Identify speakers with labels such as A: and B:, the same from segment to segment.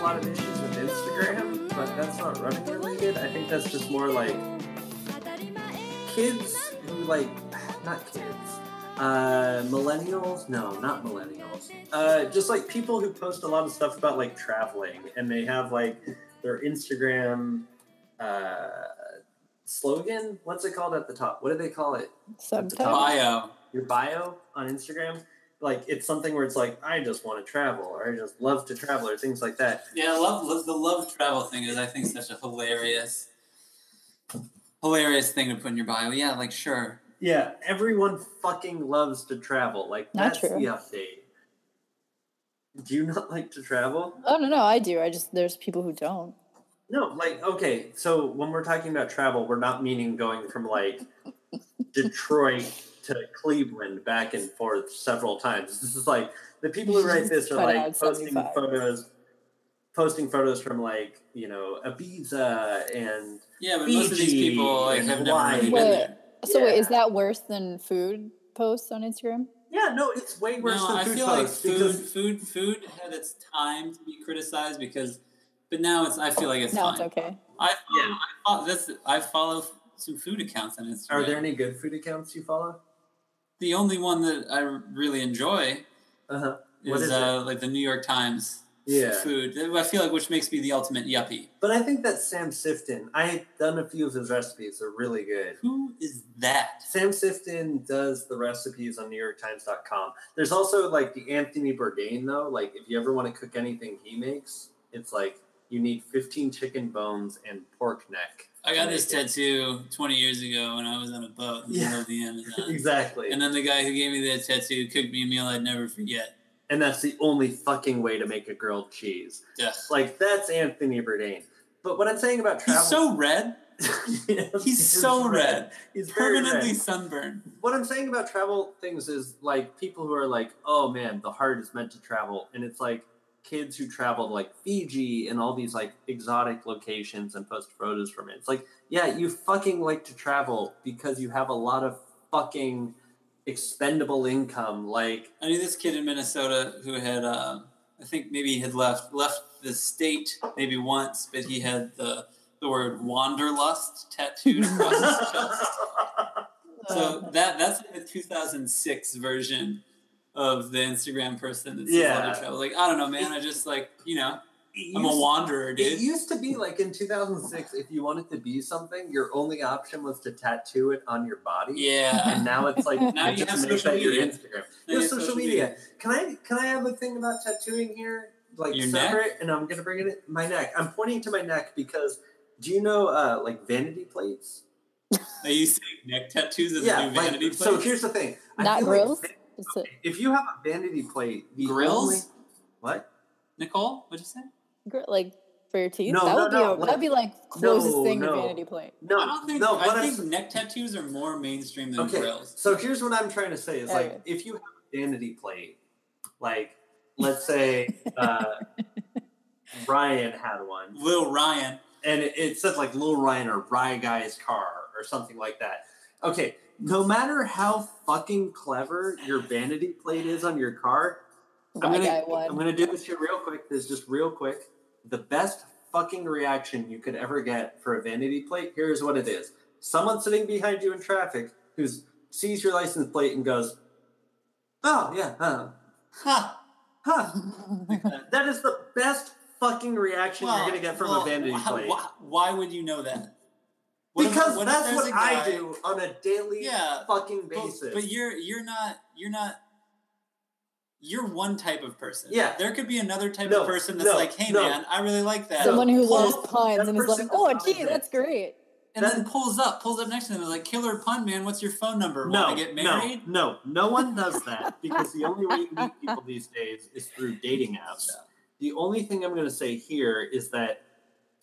A: lot of issues with Instagram, but that's not running related. I think that's just more like kids who like not kids. Uh, millennials? No, not millennials. Uh, just like people who post a lot of stuff about like traveling, and they have like their Instagram uh, slogan. What's it called at the top? What do they call it?
B: Subtitle.
C: Bio.
A: Your bio on Instagram. Like it's something where it's like I just want to travel, or I just love to travel, or things like that.
C: Yeah, I love, love the love travel thing is I think such a hilarious, hilarious thing to put in your bio. Yeah, like sure.
A: Yeah, everyone fucking loves to travel. Like
B: Not
A: that's
B: true.
A: the update. Do you not like to travel?
B: Oh no, no, I do. I just there's people who don't.
A: No, like okay, so when we're talking about travel, we're not meaning going from like Detroit to Cleveland back and forth several times. This is like the people who write this are
B: Cut
A: like
B: out
A: posting
B: 75.
A: photos posting photos from like, you know, Ibiza and
C: Yeah, but most of these
A: Fiji
C: people like
A: and
C: have never
A: Hawaii.
C: really been
B: Wait,
C: there.
B: so wait, is
A: Yeah.
B: that worse than food posts on Instagram?
A: yeah, no, it's way worse
C: no,
A: than
C: I
A: food
C: feel like
A: posts
C: food,
A: because
C: food, food had its time to be criticized because, but now it's. I feel like it's
B: no,
C: fine.
B: it's okay.
C: I follow,
A: Yeah.
C: I follow this. I follow some food accounts on Instagram.
A: are there any good food accounts you follow?
C: the only one that I really enjoy
A: Uh-huh. What
C: is,
A: is
C: uh, like the New York Times
A: Yeah.
C: food. I feel like which makes me the ultimate yuppie.
A: But I think that Sam Sifton, I've done a few of his recipes, they're really good.
C: Who is that?
A: Sam Sifton does the recipes on NewYorkTimes.com. There's also like the Anthony Bourdain though. Like if you ever want to cook anything he makes, it's like you need 15 chicken bones and pork neck.
C: I
A: to
C: got
A: make
C: this
A: it.
C: tattoo 20 years ago when I was on a boat in the
A: Yeah.
C: middle of the Amazon.
A: Exactly,
C: And
A: and,
C: then the guy who gave me that tattoo cooked me a meal I'd never forget.
A: that's the only fucking way to make a grilled cheese.
C: Ugh.
A: Like that's Anthony Bourdain. But what I'm saying about travel,
C: He's so red.
A: Yes,
C: He's so red.
A: He's very red.
C: Permanently sunburned.
A: what I'm saying about travel things is like people who are like, oh man, the heart is meant to travel. And it's like kids who travel to like Fiji and all these like exotic locations and post photos from it. It's like, yeah, you fucking like to travel because you have a lot of fucking expendable income. Like,
C: I knew this kid in Minnesota who had, uh, I think maybe he had left left the state maybe once, but he had the the word wanderlust tattooed across his chest.
B: Uh,
A: Um,
C: So that that's like the 2006 version of the Instagram person that says yeah.
A: Yeah.
C: travel. Like I don't know, man. I just like you know,
A: it
C: I'm a
A: used-
C: wanderer,
A: It
C: dude.
A: used to be like in 2006, if you wanted to be something, your only option was to tattoo it on your body.
C: Yeah.
A: and now it's like
C: Now you
A: just
C: have
A: make
C: social
A: that your
C: media.
A: Instagram.
C: Now
A: You
C: you
A: have
C: have
A: social,
C: social
A: media. Can I can I have a thing about tattooing here, like
C: Your neck?
A: separate? And I'm gonna bring it my neck. I'm pointing to my neck because do you know uh, like vanity plates?
C: Are you saying neck tattoos as a new
A: like,
C: vanity plate?
A: so here's the thing. I
B: Not
A: feel like
B: grills?
A: va-
B: It's a,
A: if you have a vanity plate, the
C: Grills?
A: only- what?
C: Nicole, what'd you say?
B: gr- like for your teeth.
A: No,
B: that
A: no,
B: would
A: no,
B: be a, that'd be like closest
A: no,
B: thing
A: no.
B: to vanity plate.
A: No,
C: I don't think.
A: no. what
C: I
A: I'm
C: think neck tattoos are more mainstream than
A: okay.
C: grills.
A: So here's what I'm trying to say is like
B: Okay.
A: if you have a vanity plate, like let's say uh, Ryan had one,
C: Lil Ryan.
A: and it, it says like Lil Ryan or Rye Guy's car or something like that. Okay, no matter how fucking clever your vanity plate is on your car, I'm
B: That guy
A: gonna,
B: one.
A: I'm gonna do this shit real quick. This is just real quick. The best fucking reaction you could ever get for a vanity plate, here's what it is. Someone sitting behind you in traffic who sees your license plate and goes, Oh, yeah, huh,
C: Ha!
A: huh. that is the best fucking reaction you're gonna get from a vanity plate.
C: Why, would you know that? What if-
A: because
C: what if
A: that's
C: there's
A: what
C: a
A: I
C: guy-
A: do on a daily
C: Yeah,
A: fucking
C: But,
A: basis.
C: but you're you're not you're not you're one type of person.
A: Yeah.
C: There could be another type
A: No,
C: of person that's
A: no,
C: like, hey
A: no.
C: man, I really like that.
B: Someone who
C: Well,
B: loves puns
A: that
B: and is like,
A: person
B: oh,
A: is
B: gee,
A: talented.
B: that's great.
C: and
A: that-
C: then pulls up, pulls up next to them and is like, killer pun man, what's your phone number?
A: no,
C: Wanna get
A: no,
C: married?
A: no, no one does that because the only way you meet people these days is through dating apps. The only thing I'm going to say here is that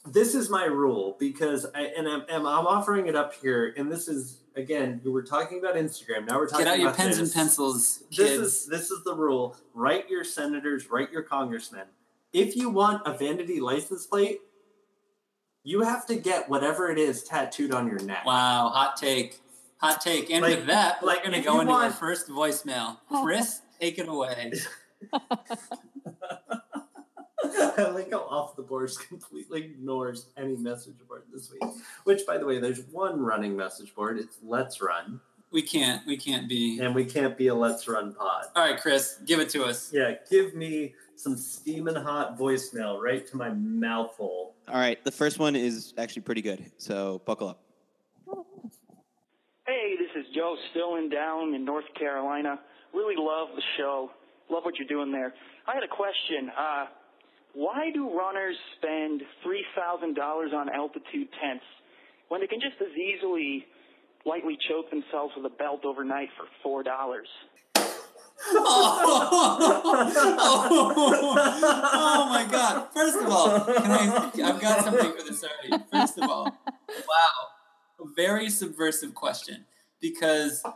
A: this is my rule because I and I'm, and I'm offering it up here, and this is again we were talking about Instagram. Now we're talking
C: Get out your
A: about
C: pens and
A: this.
C: pencils,
A: This
C: kids.
A: is this is the rule. Write your senators, write your congressmen. If you want a vanity license plate, you have to get whatever it is tattooed on your neck.
C: Wow, hot take. Hot take. And
A: Like-
C: with that,
A: like,
C: we're gonna
A: if
C: go
A: you
C: into our
A: want-
C: first voicemail. Chris, take it away.
A: I like how off the boards completely ignores any message board this week. Which, by the way, there's one running message board. It's Let's Run,
C: We can't. We can't be.
A: and we can't be a Let's Run pod.
C: All right, Chris, give it to us.
A: Yeah, give me some steaming hot voicemail right to my mouth hole.
D: All right, the first one is actually pretty good, so buckle up.
E: Hey, this is Joe Stillen down in North Carolina. Really love the show. Love what you're doing there. I had a question. Uh, why do runners spend $3,000 on altitude tents when they can just as easily lightly choke themselves with a belt overnight for $4?
C: Oh, oh my God! First of all, can I? I've got something for this already. First of all, wow, a very subversive question because, I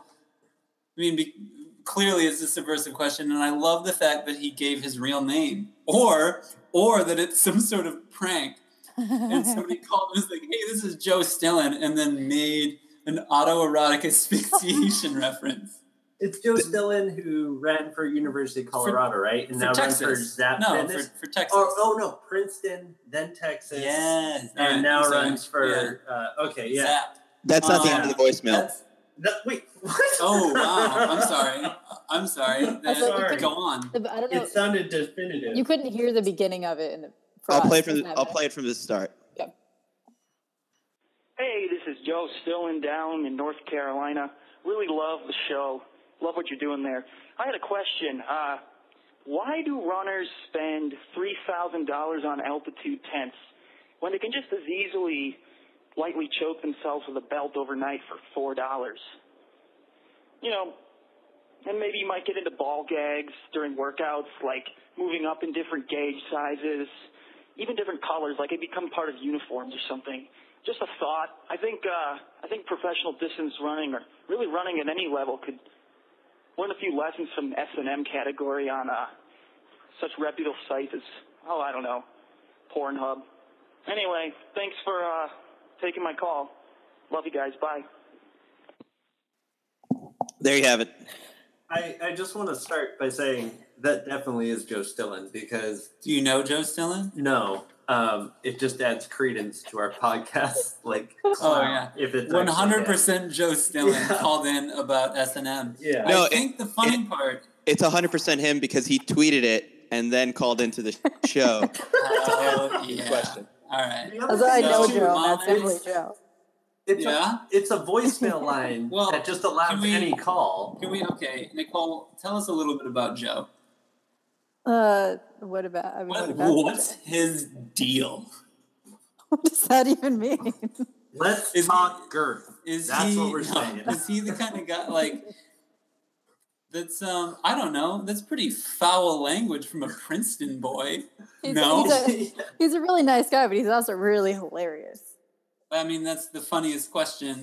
C: mean, be, clearly it's a subversive question, and I love the fact that he gave his real name, or or that it's some sort of prank, and somebody called and was like, "Hey, this is Joe Stillen," and then made an autoerotic asphyxiation reference.
A: It's Joe Dillon who ran for University of Colorado, right? And
C: for
A: now runs for
C: Texas.
A: Zap
C: no, for,
A: Fitness.
C: for Texas.
A: Or, oh no, Princeton, then Texas,
C: Yes. All right,
A: and now
C: I'm sorry.
A: runs for. Uh, okay,
C: Yeah.
A: yeah.
C: Zap.
D: That's not the
C: Um,
D: end of the voicemail.
C: That's-
A: No, wait, what?
C: oh wow! I'm sorry. I'm sorry. That-
A: thought you
C: Go on.
B: The- I don't know.
A: It sounded definitive.
B: You couldn't hear the beginning of it in the. for
D: I'll
B: us,
D: play it from
B: doesn't
D: the,
B: that
D: I'll
B: matter?
D: play it from the start.
E: Hey, this is Joe Stillen down in North Carolina. Really love the show. Love what you're doing there. I had a question. Uh, why do runners spend $3,000 on altitude tents when they can just as easily lightly choke themselves with a belt overnight for $4? You know, and maybe you might get into ball gags during workouts, like moving up in different gauge sizes, even different colors, like it become part of uniforms or something. Just a thought. I think uh, I think professional distance running or really running at any level could learn a few lessons from S and M category on uh, such reputable sites as oh I don't know, Pornhub. Anyway, thanks for uh, taking my call. Love you guys. Bye.
D: There you have it.
A: I, I just want to start by saying that definitely is Joe Stillen because
C: Do you know Joe Stillen?
A: no, um, it just adds credence to our podcast. Like,
C: Oh, yeah.
A: if it's actually
C: One hundred percent Joe Stillen
A: Yeah.
C: called in about S and M.
A: him. Yeah,
D: No,
C: I
D: it-
C: think the funny part.
D: It's 100% him because he tweeted it and then called into the show.
C: Oh, yeah.
D: question.
C: All right.
A: The other
B: That's what I
A: thing
B: know,
A: too,
C: Joe.
B: Jerome. That's definitely
C: It's-
B: Joe.
A: It's,
C: Yeah.
A: a, it's a voicemail line
C: Well,
A: that just
C: can
A: allows
C: we-
A: any call.
C: Can we? Okay, Nicole, tell us a little bit about Joe.
B: Uh, what about? I mean, what,
C: What,
B: about
C: what's his deal?
B: What does that even mean?
A: Let's
C: Is-
A: talk girth.
C: Is
A: That's
C: he,
A: what we're
C: no,
A: saying.
C: Is he the kind of guy like that's um I don't know, that's pretty foul language from a Princeton boy.
B: He's,
C: No.
B: he's, a, he's a really nice guy, but he's also really hilarious.
C: I mean that's the funniest question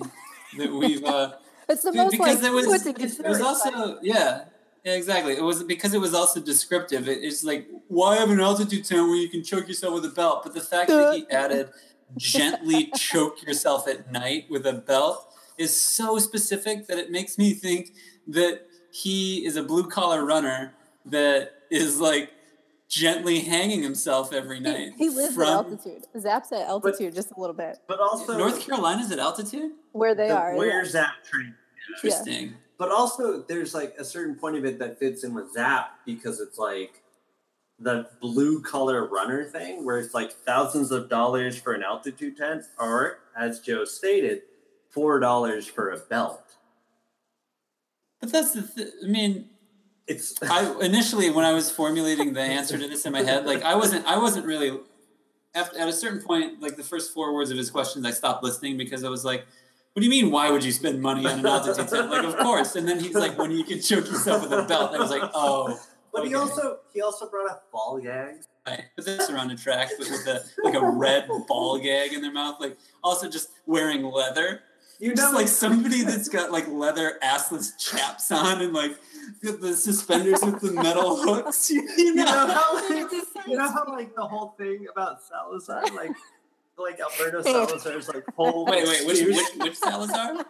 C: that we've uh
B: It's the
C: be-
B: most
C: because
B: like
C: it was
B: put
C: it was
B: together.
C: also yeah. Yeah, exactly. It was because it was also descriptive. It, it's like why have an altitude tent where you can choke yourself with a belt? But the fact that he added gently choke yourself at night with a belt is so specific that it makes me think that he is a blue collar runner that is like gently hanging himself every
B: He,
C: night.
B: he lives
C: from
B: at altitude. Zap's at altitude just a little bit
A: But also,
C: North Carolina's at altitude.
B: where they
A: the
B: are.
A: where's that train?
B: Yeah.
C: Interesting.
A: But also, there's like a certain point of it that fits in with Zap because it's like the blue collar runner thing, where it's like thousands of dollars for an altitude tent, or as Joe stated, four dollars for a belt.
C: But that's the. Th- I mean,
A: It's
C: I initially when I was formulating the answer to this in my head, like I wasn't I wasn't really at, at a certain point, like the first four words of his questions, I stopped listening because I was like, "What do you mean? Why would you spend money on an altitude tent?" Like, of course. And then he's like, "When you can choke yourself with a belt," I was like, "Oh."
A: but he
C: okay."
A: also he also brought up ball gags.
C: Right. But this around a track, but with a like a red ball gag in their mouth, like also just wearing leather.
A: You know,
C: Just like somebody that's got like leather assless chaps on and like the, the suspenders with the metal hooks. You
A: you know
C: know?
A: how like, you know how like the whole thing about Salazar, like like Alberto Salazar's like whole
C: Wait, wait, which,
A: excuse-
C: which, which Salazar?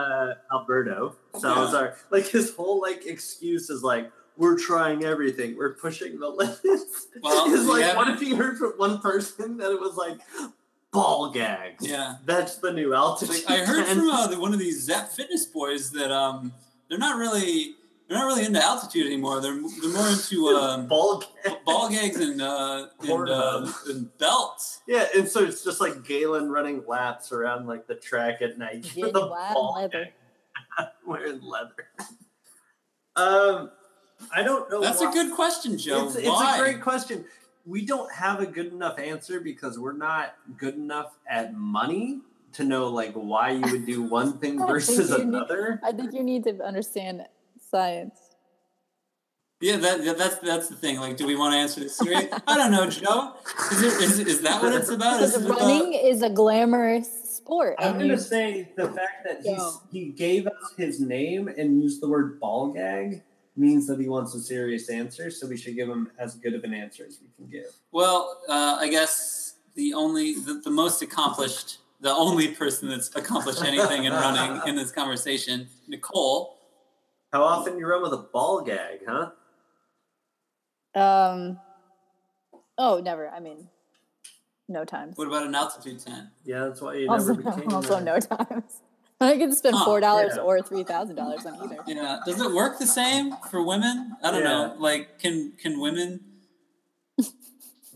A: uh, Alberto Salazar, like his whole like excuse is like, we're trying everything. We're pushing the limits.
C: Well,
A: it's like,
C: yeah.
A: what if you heard from one person that it was like ball gags?
C: Yeah.
A: That's the new altitude.
C: Like, I heard
A: and-
C: from uh, the, one of these Zap Fitness boys that um, they're not really they're not really into altitude anymore. They're they're more into um,
A: ball gags.
C: b- ball gags and uh, and, uh,
A: Pornhub.
C: and belts.
A: Yeah, and so it's just like Galen running laps around like the track at night.
B: Gin,
A: with a
B: lab,
A: ball
B: leather.
A: gag. Wearing leather. Um, I don't know.
C: That's
A: why-
C: a good question, Joe.
A: Oh, It's, it's
C: Why?
A: a great question. We don't have a good enough answer because we're not good enough at money to know like why you would do one thing
B: I
A: versus
B: think you need-
A: another.
B: I think you need to understand science.
C: Yeah, that, that- that's that's the thing. Like, do we want to answer this seriously? I don't know, Joe. Is, it, is, is that what it's about? Is
B: Because
C: it about-
B: running is a glamorous sport.
A: I'm
B: and
A: gonna
B: you-
A: say the fact that he's,
B: Go.
A: he gave us his name and used the word ball gag means that he wants a serious answer, so we should give him as good of an answer as we can give.
C: Well, uh, I guess the only, the, the most accomplished, the only person that's accomplished anything in running in this conversation, Nicole.
A: How often you run with a ball gag, huh?
B: um, oh, never. I mean, no times.
C: What about an altitude tent?
A: Yeah, that's why you
B: Also,
A: never became
B: also
A: a-
B: no times. I could spend
C: Huh,
B: four dollars
A: yeah.
B: or three thousand dollars on either.
C: Yeah, does it work the same for women? I don't
A: Yeah.
C: know. Like, can can women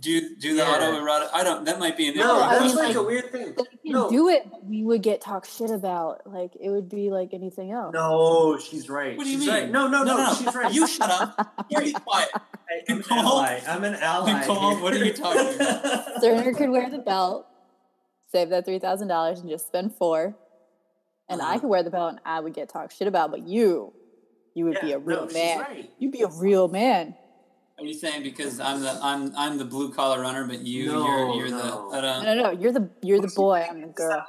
C: do do the
A: Yeah.
C: autoerotic? I don't. That might be an
A: No,
C: improper
B: I
A: that's
B: mean,
C: question.
A: like a weird thing.
B: But we could
A: No.
B: do it. but We would get talked shit about. Like it would be like anything else.
A: No, she's right.
C: What do you
A: she's
C: mean?
A: Right. No, no, no, she's right.
C: You shut up. You be quiet.
A: I- I'm an
C: Nicole?
A: ally. I'm an ally.
C: Nicole,
A: here.
C: what are you talking about?
B: Sterner could wear the belt, save that three thousand dollars, and just spend four. And I
C: Uh-huh.
B: could wear the belt, and I would get talked shit about. But you, you would be
A: Yeah,
B: a real
A: no, she's
B: man.
A: right.
B: You'd be a real man.
C: Are you saying because I'm the I'm I'm the blue collar runner, but you
A: No,
C: you're you're
A: no.
C: the I
B: No,
C: don't,
B: no, no. You're the you're the
A: She's
B: boy.
A: saying
B: I'm the
A: is
B: girl.
A: That, like,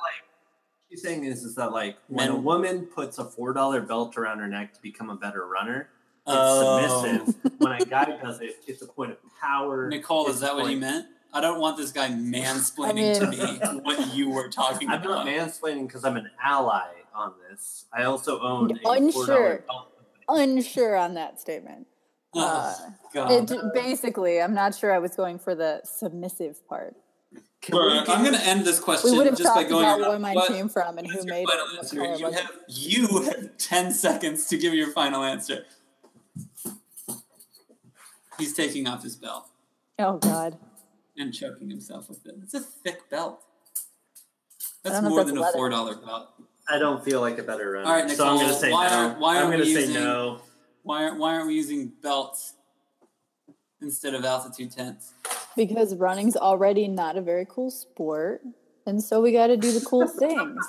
A: she's saying is, is that like when a
C: Men-
A: woman puts a four dollar belt around her neck to become a better runner, it's
C: Oh.
A: submissive. when a guy does it, it's a point of power.
C: Nicole,
A: It's
C: is
A: a
C: that what you
A: point-
C: meant? I don't want this guy mansplaining to me what you were talking
A: I'm
C: about.
A: not mansplaining because I'm an ally on this. I also own a
B: Unsure.
A: four dollar belt.
B: Unsure on that statement.
C: Oh,
B: Uh,
C: God.
B: It, basically, I'm not sure I was going for the submissive part.
A: Can we
C: Bruh,
A: get-
C: I'm going to end this
B: We
C: question
B: would have
C: just by
B: talked
C: going
B: about
C: around
B: where mine
C: what-
B: came from and
C: what
B: who
C: is your
B: made it.
C: final
B: what
C: answer?
B: color
C: You
B: was it.
C: have you have ten seconds to give your final answer. He's taking off his belt
B: Oh God,
C: and choking himself with it. It's a thick belt.
B: I
C: That's
B: don't know if
C: more
B: that's
C: than a
B: leather.
C: four dollar belt.
A: I don't feel like a better runner.
C: All right,
A: so I'm going to
C: Nicole,
A: say
C: why
A: no.
C: are- why
A: I'm
C: are we
A: gonna say
C: using-
A: no.
C: Why aren't Why aren't we using belts instead of altitude tents?
B: because running's already not a very cool sport, and so we got to do the cool things.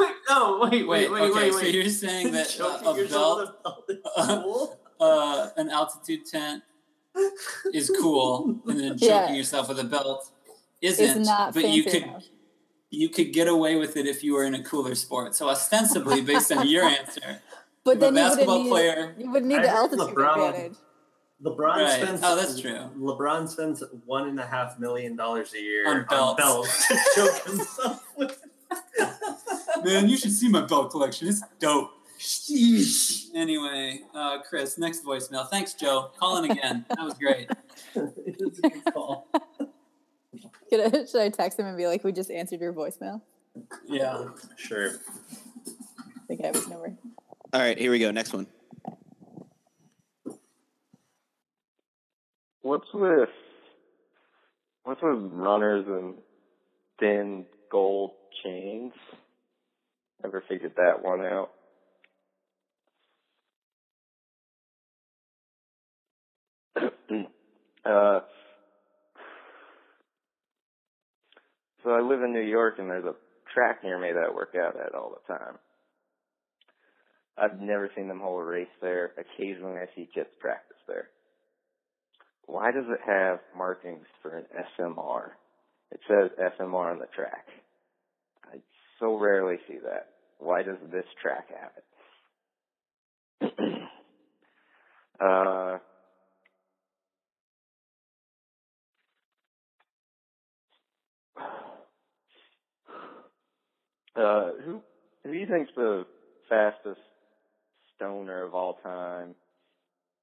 A: Wait, no, wait, wait, wait,
C: okay,
A: wait,
C: So
A: wait.
C: you're saying that uh,
A: Choking
C: a
A: yourself
C: belt,
A: with a belt is cool?
C: uh, an altitude tent, is cool, and then choking
B: Yeah.
C: yourself with a belt isn't.
B: It's not
C: but
B: fancy
C: you could
B: enough.
C: you could get away with it if you were in a cooler sport. So ostensibly, based on your answer,
B: But
C: if a
B: then you
C: basketball
B: wouldn't need
C: player.
B: you would need
A: I
B: the
A: heard
B: altitude
A: LeBron.
B: advantage.
A: LeBron
C: Right.
A: spends.
C: Oh, that's true.
A: LeBron spends one and a half million dollars a year
C: On belts.
A: belts to choke himself with.
C: Man, you should see my belt collection. It's dope. Anyway, uh, Chris, next voicemail. Thanks, Joe. Calling again. That was great.
A: It's a good call.
B: Could I, should I text him and be like, "We just answered your voicemail"?
C: Yeah.
A: Sure.
B: I think I have his number.
D: All right, here we go. Next one.
F: What's with what's with runners and thin gold chains? Never figured that one out. uh, so I live in New York and there's a track near me that I work out at all the time. I've never seen them hold a race there. Occasionally I see kids practice there why does it have markings for an SMR? It says SMR on the track. I so rarely see that. Why does this track have it? uh, uh, who who do you think's the fastest stoner of all time?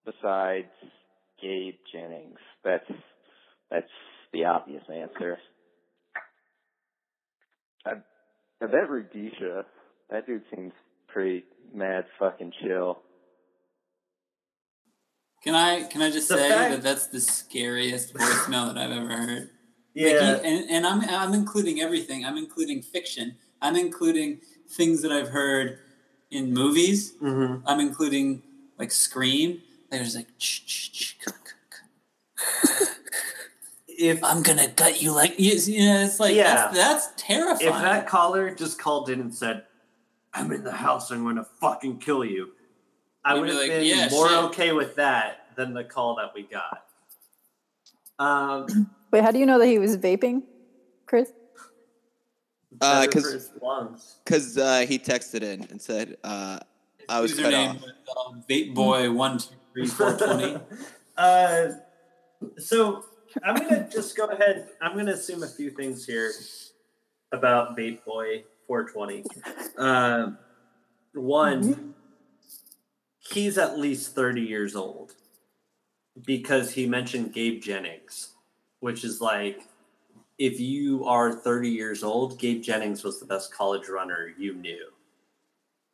F: besides Gabe Jennings? That's that's the obvious answer. I, I bet Rudisha. That dude seems pretty mad fucking chill.
C: Can I can I just
A: The
C: say
A: fact-
C: that that's the scariest voicemail that I've ever heard? Like,
A: Yeah.
C: he- and, and I'm I'm including everything. I'm including fiction. I'm including things that I've heard in movies.
A: mm-hmm.
C: I'm including like Scream. There's like, "Ch- ch- ch- k- k-
A: If
C: k- I'm gonna gut you like you, you know. It's like
A: Yeah.
C: that's, that's terrifying.
A: if that caller just called in and said, "I'm in the house. I'm going to fucking kill you," I
C: You'd
A: would
C: be
A: have
C: like,
A: been
C: "Yeah,
A: more
C: shit."
A: okay with that than the call that we got. Um,
B: Wait, how do you know that he was vaping, Chris?
D: Uh,
A: better for
D: 'cause-
A: his lungs.
D: Because uh, he texted in and said, uh,
C: His
D: I was cut
C: username
D: off.
C: was, um, Vape Boy one two three four twenty.
A: uh, so I'm gonna just go ahead. I'm gonna assume a few things here about Vape Boy 420. Um, one, he's at least 30 years old because he mentioned Gabe Jennings, which is like if you are 30 years old, Gabe Jennings was the best college runner you knew.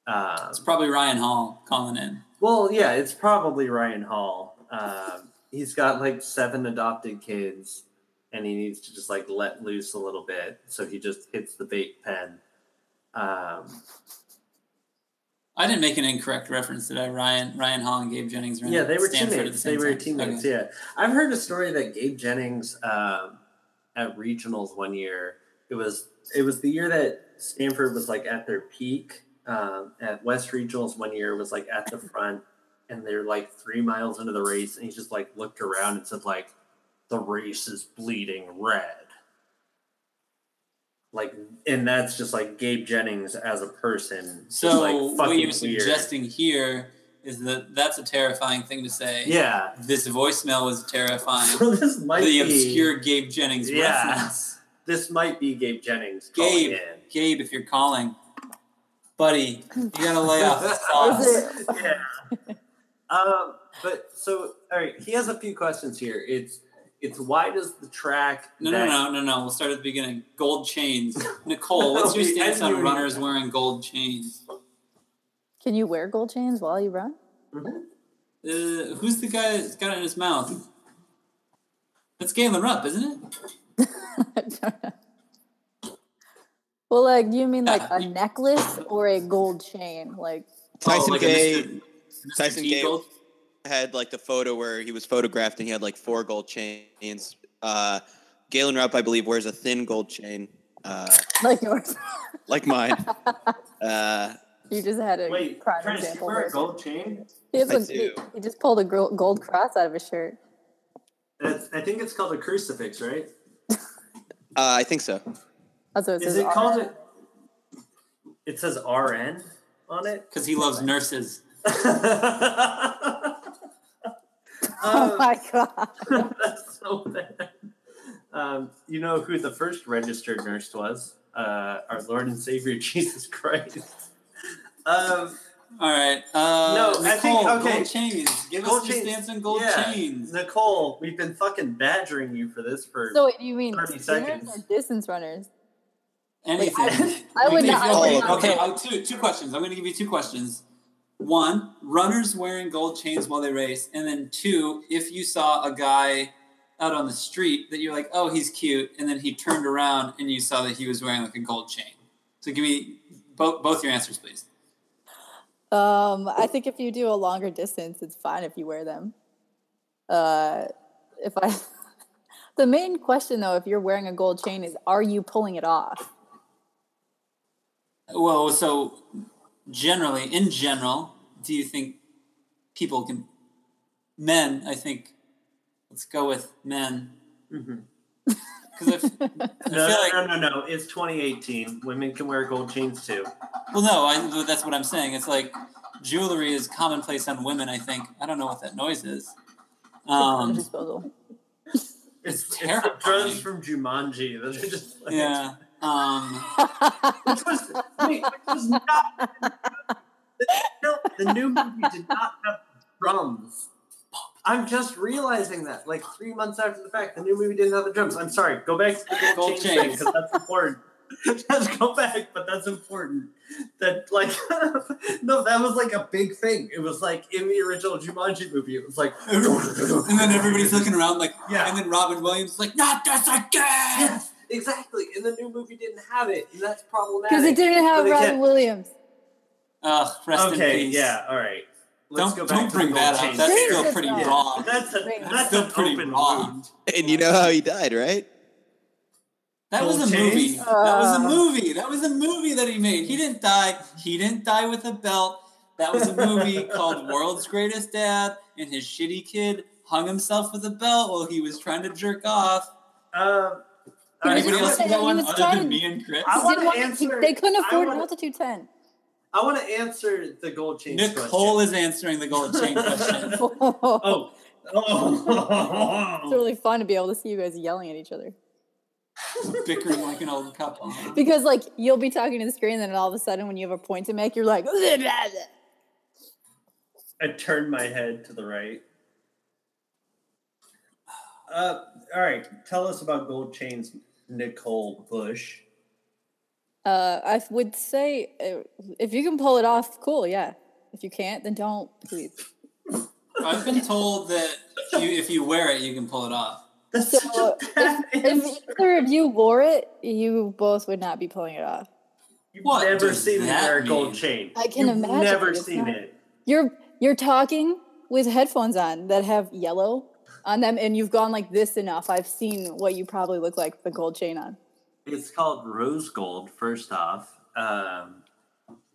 A: Um,
C: It's probably Ryan Hall calling in.
A: well, yeah, it's probably Ryan Hall. Um, he's got like seven adopted kids, and he needs to just like let loose a little bit. So he just hits the bait pen. Um,
C: I didn't make an incorrect reference, did I? Ryan Ryan Hall and Gabe Jennings were in
A: yeah, they were
C: Stanford at the
A: teammates.
C: same
A: They were
C: time.
A: teammates.
C: Okay.
A: Yeah, I've heard a story that Gabe Jennings um, at regionals one year. It was it was the year that Stanford was like at their peak. Um, at West regionals one year was like at the front, and they're like three miles into the race, and he just like looked around and said like, "The race is bleeding red." Like, and that's just like Gabe Jennings as a person. It's,
C: So
A: like,
C: what
A: fucking
C: you're
A: weird.
C: suggesting here is that that's a terrifying thing to say.
A: Yeah.
C: This voicemail was terrifying.
A: So this might be
C: the obscure Gabe Jennings
A: Yeah.
C: reference.
A: This might be Gabe Jennings. calling
C: Gabe,
A: in.
C: Gabe, if you're calling, buddy, you gotta lay off the sauce.
B: Was it-
A: yeah. Um, but so all right, he has a few questions here. It's it's why does the track
C: No,
A: that-
C: no, no, no, no. We'll start at the beginning. Gold chains. Nicole, what's your
A: We- I
C: stance on
A: knew-
C: runners wearing gold chains?
B: Can you wear gold chains while you run?
C: Uh, who's the guy that's got it in his mouth? That's Galen Rupp, isn't it?
B: well, like, do you mean like
C: Yeah.
B: a necklace or a gold chain? Like,
D: Tyson
C: oh, like a
D: Gay
C: Mr. Mr.
D: Tyson
C: T
D: Gay-
C: Gold?
D: had like the photo where he was photographed and he had like four gold chains. Uh, Galen Rupp, I believe, wears a thin gold chain, uh,
B: like yours?
D: like mine. Uh,
B: you just had a
A: Wait,
B: prime
A: Chris, you
B: example.
A: wear
B: there.
A: a gold chain?
B: He, has
D: I
B: a- he-
D: do.
B: he just pulled a gro- gold cross out of his shirt.
A: That's, I think it's called a crucifix, right?
D: uh, I think so.
B: That's what it
A: Is
B: says
A: it
B: on
A: called
B: it.
A: it? It says RN on it.
C: Because he loves nurses.
B: Oh
A: Um,
B: my god!
A: That's so bad. Um, you know who the first registered nurse was? Uh, our Lord and Savior Jesus Christ. Um,
C: All right. Uh,
A: No, I think-
C: Nicole,
A: okay.
C: Gold chains. Give
A: Gold
C: us your
A: chains.
C: stance on gold
A: yeah,
C: chains.
A: Nicole, we've been fucking badgering you for this for.
B: So wait, do you mean
A: 30
B: spinners
A: seconds.
B: or distance runners?
C: Anything.
B: I would not-
C: If you're-
D: I would
B: not-
C: okay, I'll- two, two questions. I'm going to give you two questions. One, runners wearing gold chains while they race. And then two, if you saw a guy out on the street that you're like, oh, he's cute. And then he turned around and you saw that he was wearing like a gold chain. So give me both, both your answers, please.
B: Um, I think if you do a longer distance, it's fine if you wear them. Uh, if I, the main question though, if you're wearing a gold chain, is are you pulling it off?
C: Well, so generally, in general, do you think people can, men, I think, let's go with men.
A: Mhm.
C: Because I
A: no,
C: feel like-
A: no, no, no, no. It's 2018. Women can wear gold chains too.
C: Well, no, I, that's what I'm saying. It's like jewelry is commonplace on women. I think I don't know what that noise is. Um,
B: disposal.
A: It's, it's the
C: Terrifying.
A: drugs from Jumanji that are just like.
C: yeah. Um,
A: Which was, wait, which was not. The, no, the new movie did not have drums. I'm just realizing that, like three months after the fact, the new movie didn't have the drums. I'm sorry. Go back to the gold
C: Gold
A: chain
C: chains.
A: because that's important. Let's go back, but that's important. That like, no, that was like a big thing. It was like in the original Jumanji movie. It was like,
C: and then everybody's looking around like,
A: Yeah.
C: And then Robin Williams is like, not this again.
A: yes, exactly. And the new movie didn't have it, and that's problematic.
B: Because it didn't have
A: But again-
B: Robin Williams.
C: Ugh, rest
A: Okay,
C: in peace.
A: yeah, all right. Let's
C: Don't
A: go back
C: don't
A: to
C: bring
A: the
C: that
A: gold
C: up.
A: chain.
C: That's
B: There
C: still
B: is
C: pretty
B: that.
C: wrong.
A: That's a
B: Wait,
A: that's
C: still
A: an
C: pretty
A: open
C: wrong.
A: wound.
D: And you know how he died, right?
C: That was
A: Gold
C: a
A: chains?
C: movie. that was a
B: Uh.
C: movie. That was a movie that he made. He didn't die. He didn't die with a belt. That was a movie called World's Greatest Dad, and his shitty kid hung himself with a belt while he was trying to jerk off.
A: Um,
B: He was
C: Anybody
B: just
C: else see
B: saying
C: that
B: he
C: one
B: was
C: other
B: trying
C: than
B: to-
C: me and Chris?
A: I
B: They
A: wanna
B: didn't want-
A: answer-
B: they couldn't
A: I
B: afford
A: wanna-
B: altitude 10.
A: I want to answer the gold chain
C: Nicole is answering the gold chain question.
A: Oh,
B: It's
A: oh.
B: really fun to be able to see you guys yelling at each other.
C: bickering like an old couple.
B: Because, like, you'll be talking to the screen, and then all of a sudden, when you have a point to make, you're like,
A: I turned my head to the right. Uh, all right. Tell us about gold chains, Nicole Bush.
B: Uh, I would say uh, if you can pull it off, cool, yeah. If you can't, then don't, please.
C: I've been told that you, if you wear it, you can pull it off.
A: That's
B: So,
A: such a bad answer.
B: If either of you wore it, you both would not be pulling it off.
A: You've
C: What
A: never
C: does
A: seen me
C: that
A: wear a
C: mean?
A: gold chain.
B: I can
A: You've
B: imagine
A: Never
B: it's
A: seen
B: not-
A: it.
B: You're you're talking with headphones on that have yellow on them, and you've gone like this enough. I've seen what you probably look like with the gold chain on.
A: It's called Rose Gold, first off. Um,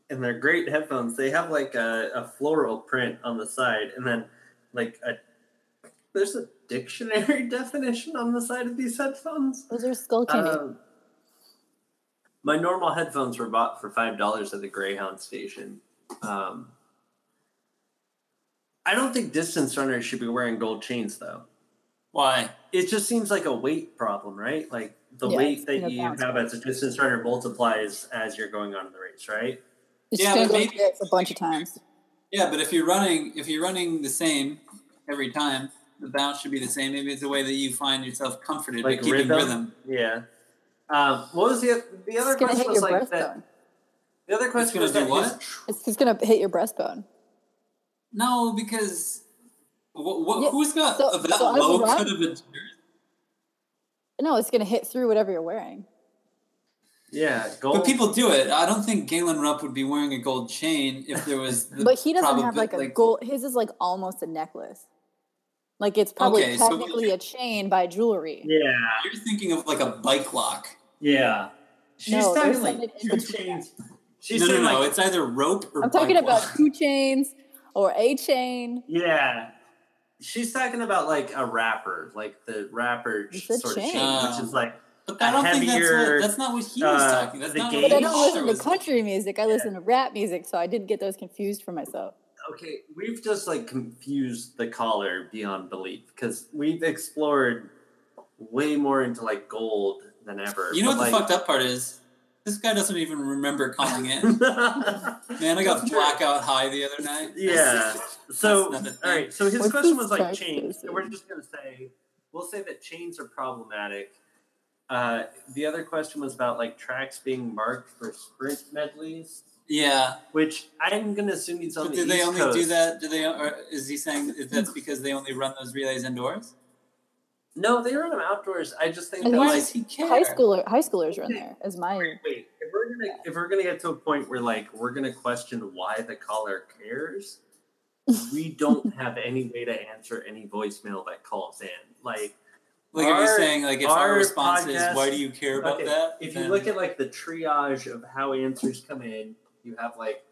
A: and they're great headphones. They have like a, a floral print on the side, and then like a there's a dictionary definition on the side of these headphones.
B: Those are skull candy.
A: Um, my normal headphones were bought for five dollars at the Greyhound station. Um, I don't think distance runners should be wearing gold chains though.
C: Why?
A: It just seems like a weight problem, right? Like the
B: Yeah,
A: weight
B: it's
A: that
B: gonna
A: you
B: bounce
A: have
B: back.
A: as a distance runner multiplies as you're going on in the race, right?
B: it's just
C: yeah,
B: gonna
C: but
B: go
C: maybe-
B: there a bunch of times.
C: Yeah, but if you're running, if you're running the same every time, the bounce should be the same. Maybe it's the way that you find yourself comforted
A: Like
C: by keeping
A: rhythm?
C: rhythm.
A: Yeah. Um, what was the the other
B: It's gonna
A: question
B: hit
A: was
B: your
A: like that?
B: breastbone.
A: The other question
C: gonna
A: was
C: do
A: that
C: what?
A: his
B: It's just gonna hit your breastbone.
C: No, because what, what,
B: Yeah,
C: who's got
B: so-
C: that
B: so I was
C: low
B: wrong.
C: cut of a jerk?
B: No, it's gonna hit through whatever you're wearing.
A: Yeah, gold.
C: But people do it. I don't think Galen Rupp would be wearing a gold chain if there was. The
B: But he doesn't have
C: probabi-
B: like a gold. His is like almost a necklace. Like it's probably
C: Okay, so we-
B: technically a chain by jewelry.
A: Yeah,
C: You're thinking of like a bike lock.
A: yeah. She's
B: No, there's
A: talking like
B: something in
A: two
B: between.
A: chains. She's
C: no, no,
A: saying
C: no.
A: like
C: it's either rope or.
B: I'm talking
C: bike
B: about
C: lock.
B: two chains or a chain.
A: yeah. She's talking about like a wrapper, like the wrapper
B: It's a
A: sort of
B: chain.
A: chain, which is like
C: But I
A: a
C: don't think that's
A: heavier,
C: what, that's not what he was
A: uh,
C: talking. That's
A: the
C: not
A: gauge.
B: But I
C: what
B: don't
C: the
B: listen
C: author
B: to
C: was
B: country music. I listen to rap music, so I didn't get those confused for myself.
A: okay. We've just like confused the caller beyond belief because we've explored way more into like gold than ever.
C: You know what the
A: but,
C: fucked up part is? This guy doesn't even remember calling in.
A: fucked up?
C: Man, I got blackout high the other night.
A: yeah. So, all
C: That's not a
A: right. So his
B: What's
A: question
B: this
A: was like
B: text
A: chains.
B: is?
A: So we're just gonna say we'll say that chains are problematic. Uh, the other question was about like tracks being marked for sprint medleys,
C: Yeah,
A: which I'm gonna assume he's on
C: but
A: the
C: do they
A: East
C: only
A: Coast.
C: do that? Do they? Or is he saying that that's because they only run those relays indoors?
A: No, they run them outdoors. I just think
B: And
A: that
C: Why
B: why
A: like
C: does he care?
B: High schooler, high schoolers run there. Is my
A: wait, if we're gonna if we're gonna get to a point where like we're gonna question why the caller cares, we don't have any way to answer any voicemail that calls in. Like
C: Like, if you're
A: Our-
C: saying, like, if
A: our
C: our response
A: podcast-
C: is, "Why do you care about
A: Okay,
C: that?"
A: If you
C: then-
A: look at like the triage of how answers come in, you have like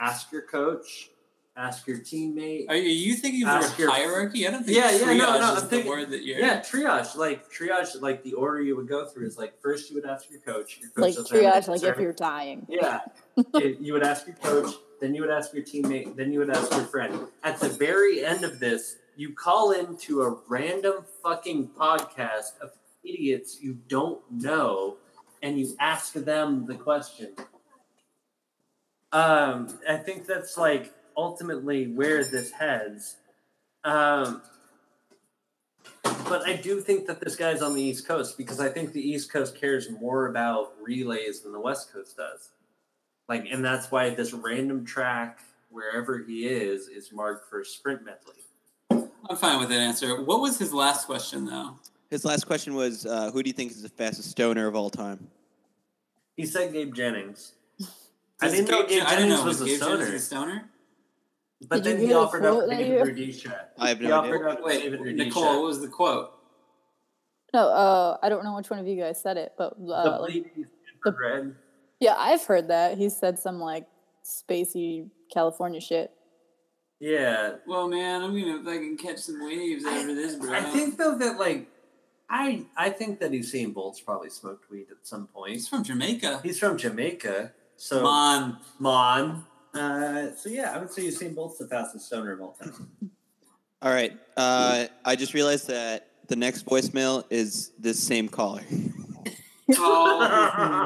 A: ask your coach, ask your teammate.
C: are you, are you thinking of
A: Ask
C: the
A: your-
C: word hierarchy? I don't think
A: Yeah, yeah, no,
C: triage
A: no,
C: is
A: I'm
C: the
A: thinking-
C: word that you're.
A: Yeah, triage. Like triage, like the order you would go through is like first you would ask your coach. Your coach
B: like
A: doesn't have an
B: triage, like
A: answer.
B: if you're dying.
A: Yeah. It- you would ask your coach, then you would ask your teammate, then you would ask your friend. At the very end of this, you call into a random fucking podcast of idiots you don't know and you ask them the question. Um, I think that's like ultimately where this heads. Um, But I do think that this guy's on the East Coast because I think the East Coast cares more about relays than the West Coast does. Like, and that's why this random track, wherever he is, is marked for sprint medley.
C: I'm fine with that answer. What was his last question, though?
D: His last question was, uh, "Who do you think is the fastest stoner of all time?"
A: He said Gabe Jennings. I
C: Does
A: didn't know
C: Gabe
A: Gabe
C: Jen- I didn't
A: Jennings
C: know.
A: was a
C: Gabe Jennings
A: stoner,
C: a stoner?
A: but
B: Did
A: then
B: you
A: he
B: hear the
A: offered up
B: quote that
A: David
B: you-
A: Rudisha.
D: I have
A: He
D: no idea.
A: offered up
C: Wait,
A: David
C: Nicole, what
A: Rudisha.
C: was the quote?
B: No, uh, I don't know which one of you guys said it, but uh,
A: The
B: like,
A: bleeding
B: the-
A: red.
B: yeah, I've heard that. He said some like spacey California shit.
A: Yeah,
C: Well, man, I'm gonna fucking catch some waves after this, bro.
A: I think though that like I I think that Usain Bolt's probably smoked weed at some point.
C: he's from Jamaica.
A: He's from Jamaica, so
C: Come on,
A: Mon. Uh, so yeah, I would say Usain Bolt's the fastest stoner of all time.
D: All right. Uh, I just realized that the next voicemail is this same caller.
C: oh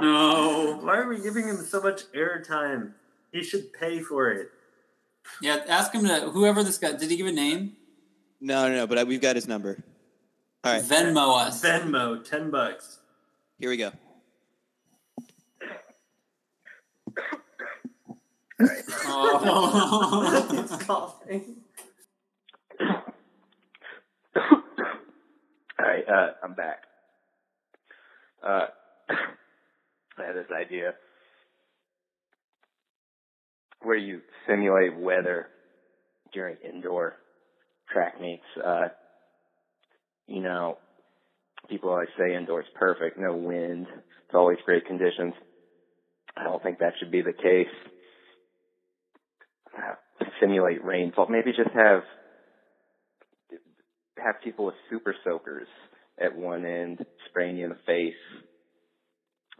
C: no!
A: Why are we giving him so much airtime? He should pay for it.
C: Yeah, ask him to whoever this guy. Did he give a name?
D: No, no, no. But I, we've got his number. All right.
C: Venmo us.
A: Venmo, ten bucks.
D: Here we go.
C: Oh.
A: He's coughing.
F: All right, uh, I'm back. Uh, I had this idea where you simulate weather during indoor track meets. Uh, you know, people always say indoors perfect, no wind, it's always great conditions. I don't think that should be the case. Uh, simulate rainfall. Maybe just have have people with super soakers at one end spraying you in the face.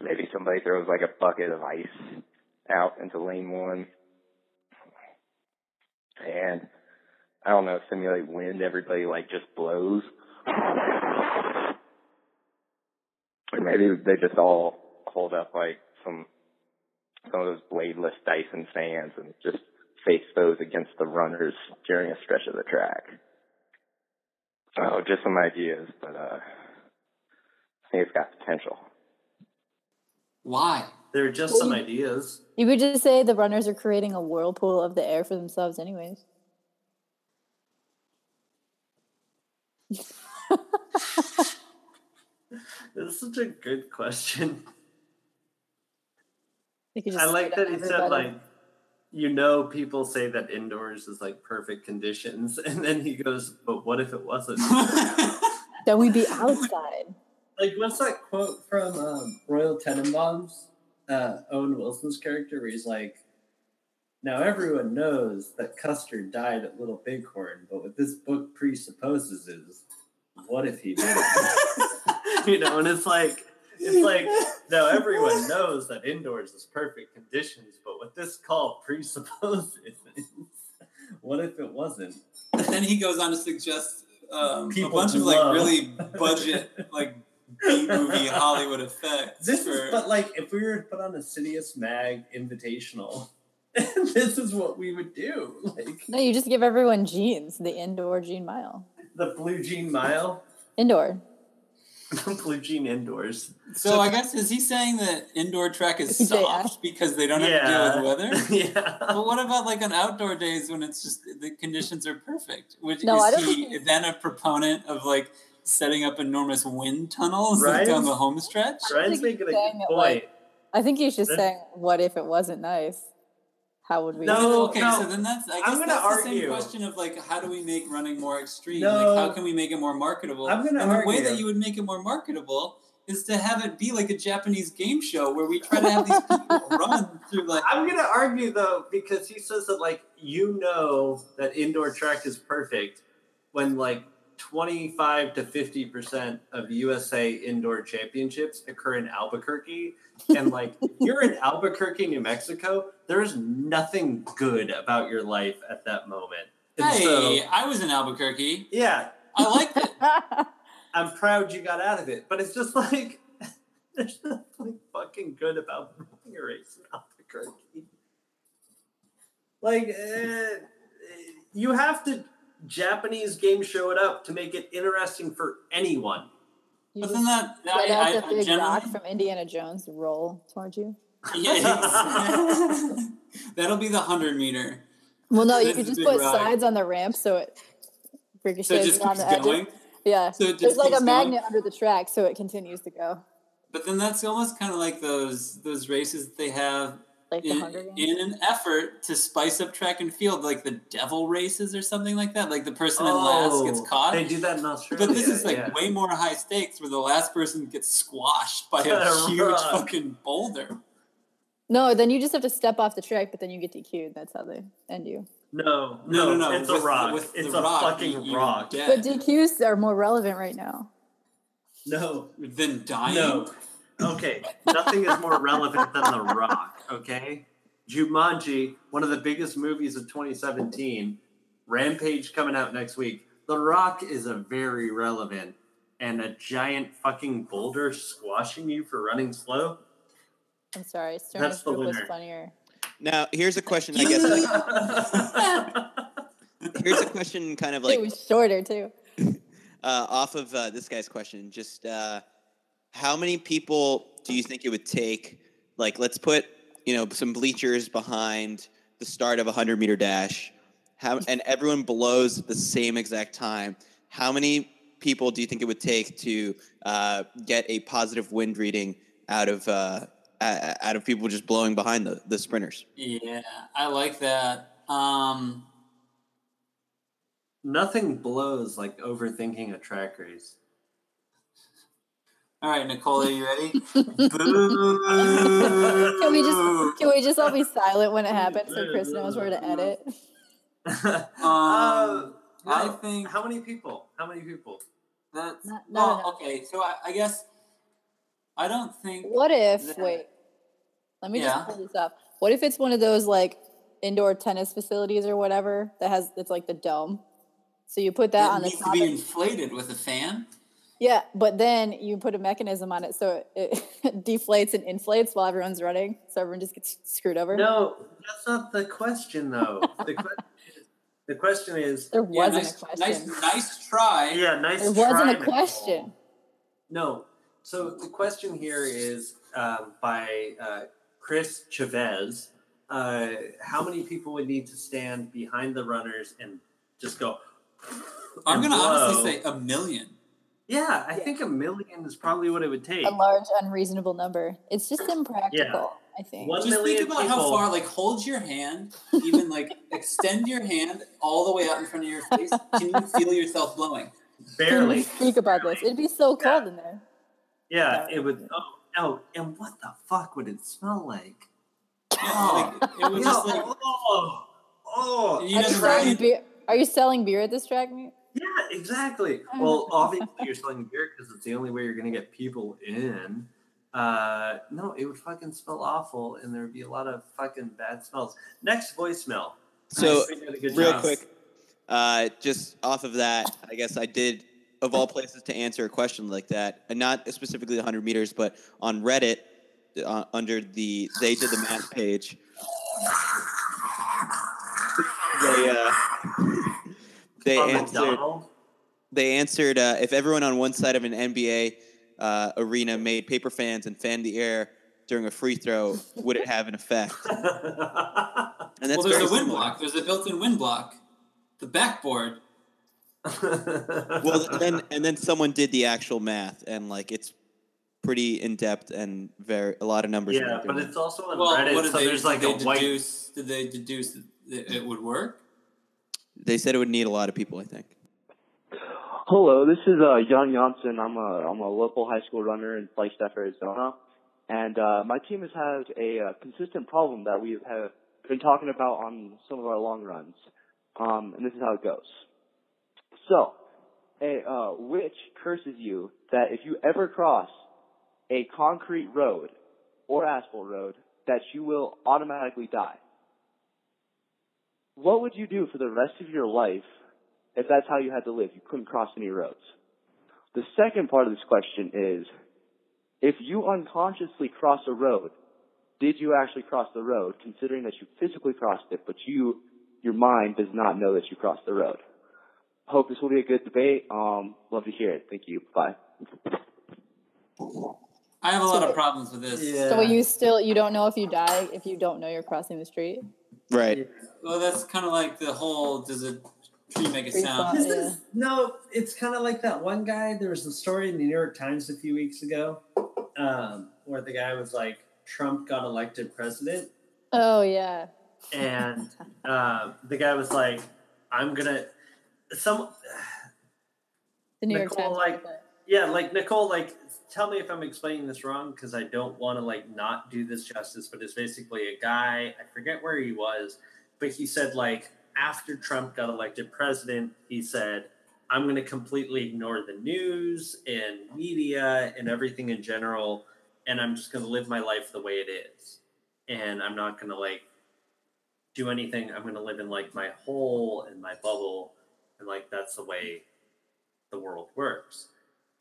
F: Maybe somebody throws like a bucket of ice out into lane one. And I don't know, simulate wind, everybody like just blows. Or maybe they just all hold up like some some of those bladeless Dyson fans and just face those against the runners during a stretch of the track. Oh, just some ideas, but uh, I think it's got potential.
C: Why?
A: There are just some ideas.
B: You could just say the runners are creating a whirlpool of the air for themselves, anyways.
A: This is such a good question.
B: You could
A: I
B: say
A: like
B: to
A: that he said
B: everybody.
A: like, you know, people say that indoors is like perfect conditions, and then he goes, "But what if it wasn't?"
B: Then we'd be outside.
A: like, what's that quote from um, Royal Tenenbaums? Uh, Owen Wilson's character, where he's like, "Now everyone knows that Custer died at Little Bighorn, but what this book presupposes is, what if he did?" you know, and it's like. It's like now everyone knows that indoors is perfect conditions, but what this call presupposes is what if it wasn't?
C: And then he goes on to suggest um, a
A: People
C: bunch of like
A: love-
C: really budget like B movie Hollywood effects.
A: This
C: for-
A: is but like if we were to put on a Sidious Mag invitational, this is what we would do. Like
B: No, you just give everyone jeans, the indoor jean mile,
A: the blue jean mile,
B: indoor.
A: blue jean indoors.
C: so I guess is he saying that indoor track is
B: Yeah.
C: soft because they don't have to deal with weather?
A: yeah.
C: But what about like on outdoor days when it's just the conditions are perfect? Which
B: No, I
C: is
B: don't
C: he
B: think-
C: then a proponent of like setting up enormous wind tunnels
A: Right?
C: down the home stretch?
A: Ryan's
B: think
A: making a
B: he's
A: good
B: saying it,
A: point.
B: like- I think he's just
A: There's-
B: saying, "What if it wasn't nice? How would we?"
A: No,
C: So, okay,
A: no.
C: so then that's I
A: I'm
C: guess
A: gonna
C: that's the
A: argue.
C: same question of like how do we make running more extreme?
A: No.
C: Like how can we make it more marketable?
A: I'm gonna
C: and the way
A: argue.
C: that you would make it more marketable is to have it be like a Japanese game show where we try to have these people run through like
A: I'm gonna argue though because he says that like you know that indoor track is perfect when like 25 to 50 percent of USA indoor championships occur in Albuquerque, and like if you're in Albuquerque, New Mexico, there is nothing good about your life at that moment. And
C: Hey,
A: so,
C: I was in Albuquerque.
A: yeah,
C: I liked it.
A: I'm proud you got out of it, but it's just like there's nothing fucking good about running a race in Albuquerque. Like, uh, you have to Japanese game show it up to make it interesting for anyone.
B: You
C: But
B: just
C: then that, that
B: let
C: I,
B: out
C: I,
B: the
C: I
B: big rock
C: generally
B: from Indiana Jones roll towards you.
C: Yes. That'll be the 100 meter.
B: Well, no, you
C: This is
B: could
C: a
B: just
C: big
B: put
C: rock.
B: sides on the ramp so it
C: So it
B: ricochets
C: just
B: on
C: keeps
B: the edges.
C: going.
B: Yeah,
C: So it just
B: there's like
C: keeps
B: a
C: going?
B: magnet under the track, so it continues to go.
C: But then that's almost kind of like those those races that they have
B: Like the
C: in,
B: Hunger Games.
C: in an effort to spice up track and field, like the devil races or something like that. Like the person in last gets caught.
A: Oh, They do that in Australia.
C: But this is like
A: yeah.
C: way more high stakes, where the last person gets squashed by
A: Yeah,
C: a huge
A: right.
C: fucking boulder.
B: No, then you just have to step off the track, but then you get DQ'd. That's how they end you.
A: No,
C: No, no, no.
A: It's
C: with
A: a
C: the-
A: rock.
C: with the
A: it's a
C: rock, you-
A: fucking
C: you're
A: rock.
B: But
C: Dead.
B: DQs are more relevant right now.
A: No,
C: then dying.
A: no. Okay, nothing is more relevant than The Rock. Okay, Jumanji, one of the biggest movies of 2017. Rampage coming out next week. The Rock is a very relevant, and a giant fucking boulder squashing you for running slow.
B: I'm sorry,
A: That's
B: Sterner's
A: the
B: group was
A: winner.
B: funnier.
D: Now, here's a question. I guess like here's a question, kind of like
B: it was shorter too.
D: uh, off of uh, this guy's question, just uh, how many people do you think it would take? Like, let's put you know some bleachers behind the start of a hundred meter dash, how, and everyone blows at the same exact time. How many people do you think it would take to uh, get a positive wind reading out of uh, a- a- out of people just blowing behind the, the sprinters?
C: Yeah, I like that. Um,
A: Nothing blows like overthinking a track race.
C: all right, Nicole, are you ready? um,
B: Can we just can we just all be silent when it happens so Chris knows where to edit?
A: Um,
C: I
A: how-
C: think-
A: How many people? How many people?
C: That's
B: Not- not
C: well,
B: enough.
C: okay. So I, I guess I don't think.
B: What if
C: Yeah.
B: wait? Let me
C: Yeah.
B: just pull this up. What if it's one of those like indoor tennis facilities or whatever that has it's like the dome. So you put that
C: it
B: on the
C: needs
B: top.
C: to be
B: of-
C: inflated with a fan.
B: yeah, but then you put a mechanism on it so it, it deflates and inflates while everyone's running, so everyone just gets screwed over.
A: No, that's not the question, though. The, que- the question is,
B: there
C: Yeah,
B: wasn't
C: nice,
B: a question.
C: Nice, nice try.
A: yeah, nice.
B: there
A: try,
B: wasn't a
A: Nicole.
B: question.
A: No. So the question here is uh, by uh, Chris Chavez. Uh, how many people would need to stand behind the runners and just go?
C: I'm
A: and
C: gonna honestly
A: blow?
C: say a million.
A: yeah. I think a million is probably what it would take.
B: a large unreasonable number. It's just impractical, I think.
A: One
C: Just think
A: million
C: about
A: people.
C: how far. Like, hold your hand, even like extend your hand all the way out in front of your face. Can you feel yourself blowing?
B: Didn't even
A: barely.
B: speak about this. It'd be so
A: Yeah.
B: cold in there.
A: Yeah, it would. Oh, oh, and what the fuck would it smell like?
C: Yeah, like, it was
A: Yeah,
C: just like
A: oh, oh,
B: Are
C: You
B: you
C: just
B: selling
C: tried-
B: beer? Are you selling beer at this track meet?
A: yeah, exactly.
B: I
A: Well,
B: don't know.
A: obviously you're selling beer because it's the only way you're gonna get people in. Uh, no, it would fucking smell awful, and there would be a lot of fucking bad smells. Next voicemail.
D: So,
A: Nice, we did a good
D: real
A: job.
D: quick, uh, just off of that, I guess I did, of all places to answer a question like that, and not specifically the 100 meters, but on Reddit, uh, under the they did the math page. They uh, they
A: From
D: answered
A: McDonald.
D: they answered uh, if everyone on one side of an NBA uh, arena made paper fans and fanned the air during a free throw, would it have an effect? And that's
C: well, there's
D: very
C: a wind
D: similar.
C: block. There's a built-in wind block. The backboard.
D: well then and then someone did the actual math and like it's pretty in depth and very a lot of numbers
A: yeah,
D: in
A: but
D: there.
A: it's also on
C: Well, what
A: Reddit,
C: did
A: so
C: they,
A: there's
C: did
A: like
C: they
A: a white.
C: deduce? Did they deduce that it- it would work?
D: they said it would need a lot of people i think
G: Hello, this is uh, John Johnson. I'm a I'm a local high school runner in Flagstaff, Arizona, and uh, my team has had a uh, consistent problem that we have been talking about on some of our long runs, um, and this is how it goes. So, a uh, witch curses you that if you ever cross a concrete road or asphalt road, that you will automatically die. What would you do for the rest of your life if that's how you had to live. You couldn't cross any roads. The second part of this question is, if you unconsciously cross a road, did you actually cross the road, considering that you physically crossed it, but you, your mind does not know that you crossed the road? Hope this will be a good debate. Um, love to hear it. Thank you. Bye.
C: I have a lot
B: So-
C: of problems with this.
A: Yeah.
B: So you still you don't know if you die if you don't know you're crossing the street.
D: Right.
C: Well, that's kind of like the whole does a tree make a
B: Tree
C: sound?
B: fall.
A: This
B: Yeah.
A: is no. It's kind of like that one guy. There was a story in the New York Times a few weeks ago, um, where the guy was like, "Trump got elected president,"
B: Oh yeah.
A: and uh, the guy was like, "I'm gonna." Some
B: The New York
A: Nicole,
B: Times.
A: like- yeah, like Nicole, like tell me if I'm explaining this wrong because I don't want to like not do this justice, but it's basically a guy, I forget where he was, but he said like after Trump got elected president, he said, I'm going to completely ignore the news and media and everything in general and I'm just going to live my life the way it is. And I'm not going to like do anything. I'm going to live in like my hole and my bubble and like that's the way the world works.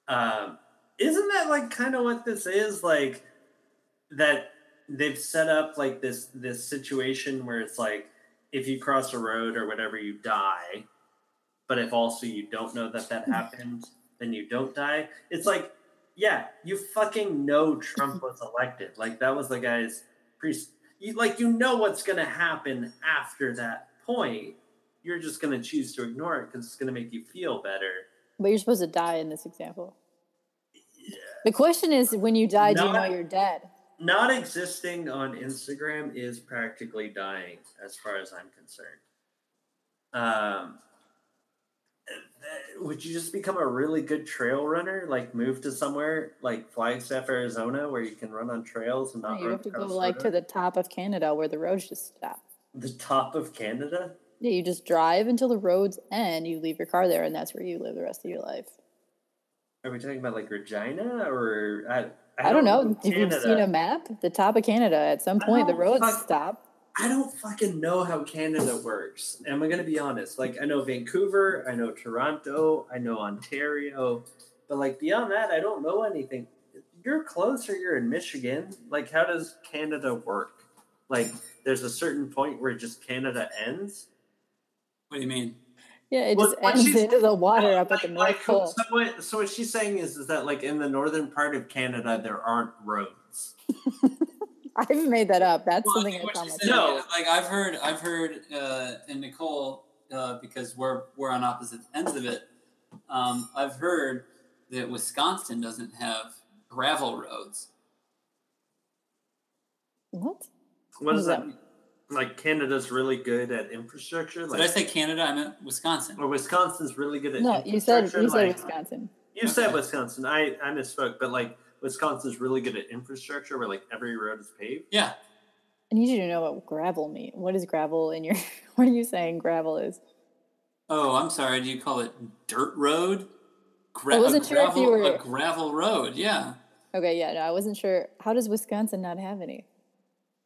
A: Um, isn't that like kind of what this is like that they've set up like this this situation where it's like if you cross a road or whatever you die but if also you don't know that that happened then you don't die it's like yeah you fucking know trump was elected like that was the guy's priest you, like you know what's gonna happen after that point you're just gonna choose to ignore it because it's gonna make you feel better
B: But you're supposed to die in this example. The question is, when you die, do you know
A: Not-
B: you're dead?
A: not existing on Instagram is practically dying, as far as I'm concerned. Um, th- would you just become a really good trail runner? Like move to somewhere like Flagstaff, Arizona, where you can run on trails and
B: No,
A: not
B: you
A: run
B: have to go
A: across
B: like to
A: roads?
B: the top of Canada where the roads just stop.
A: the top of Canada.
B: Yeah, you just drive until the roads end. You leave your car there, and that's where you live the rest of your life.
A: Are we talking about like Regina or I?
B: I, don't know. Have you
A: Canada.
B: seen a map? The top of Canada. At some point, the
A: don't
B: roads
A: fuck-
B: stop.
A: I don't fucking know how Canada works. Am I gonna be honest? Like I know Vancouver, I know Toronto, I know Ontario, but like beyond that, I don't know anything. You're close or you're in Michigan. Like how does Canada work? Like there's a certain point where just Canada ends.
C: What do you mean?
B: Yeah, it
A: Well,
B: just
A: what
B: ends
A: she's-
B: into the water up at the
A: Like- like,
B: North Pole.
A: So what, so what she's saying is, is that like in the northern part of Canada there aren't roads.
B: I've made that up. That's
C: Well, I
B: something
C: think
B: I
C: what
B: found
C: she
B: myself.
C: said,
A: No.
C: like I've heard, I've heard, uh, and Nicole, uh, because we're we're on opposite ends of it. Um, I've heard that Wisconsin doesn't have gravel roads.
B: What?
A: What does
B: Yeah.
A: that mean? Like Canada's really good at infrastructure.
C: Did
A: Like
C: I say Canada? I meant Wisconsin.
A: or Wisconsin's really good at
B: No, you said
A: infrastructure.
B: you said
A: like,
B: Wisconsin.
A: You said Wisconsin. I, I misspoke, but like Wisconsin's really good at infrastructure where like every road is paved.
C: Yeah,
B: I need you to know what gravel means. What is gravel in your? What are you saying gravel is?
C: Oh, I'm sorry. Do you call it dirt road? Gra-
B: I wasn't
C: a
B: sure if
C: gravel,
B: you were-
C: a gravel road. Yeah,
B: Okay, yeah, no, I wasn't sure. How does Wisconsin not have any?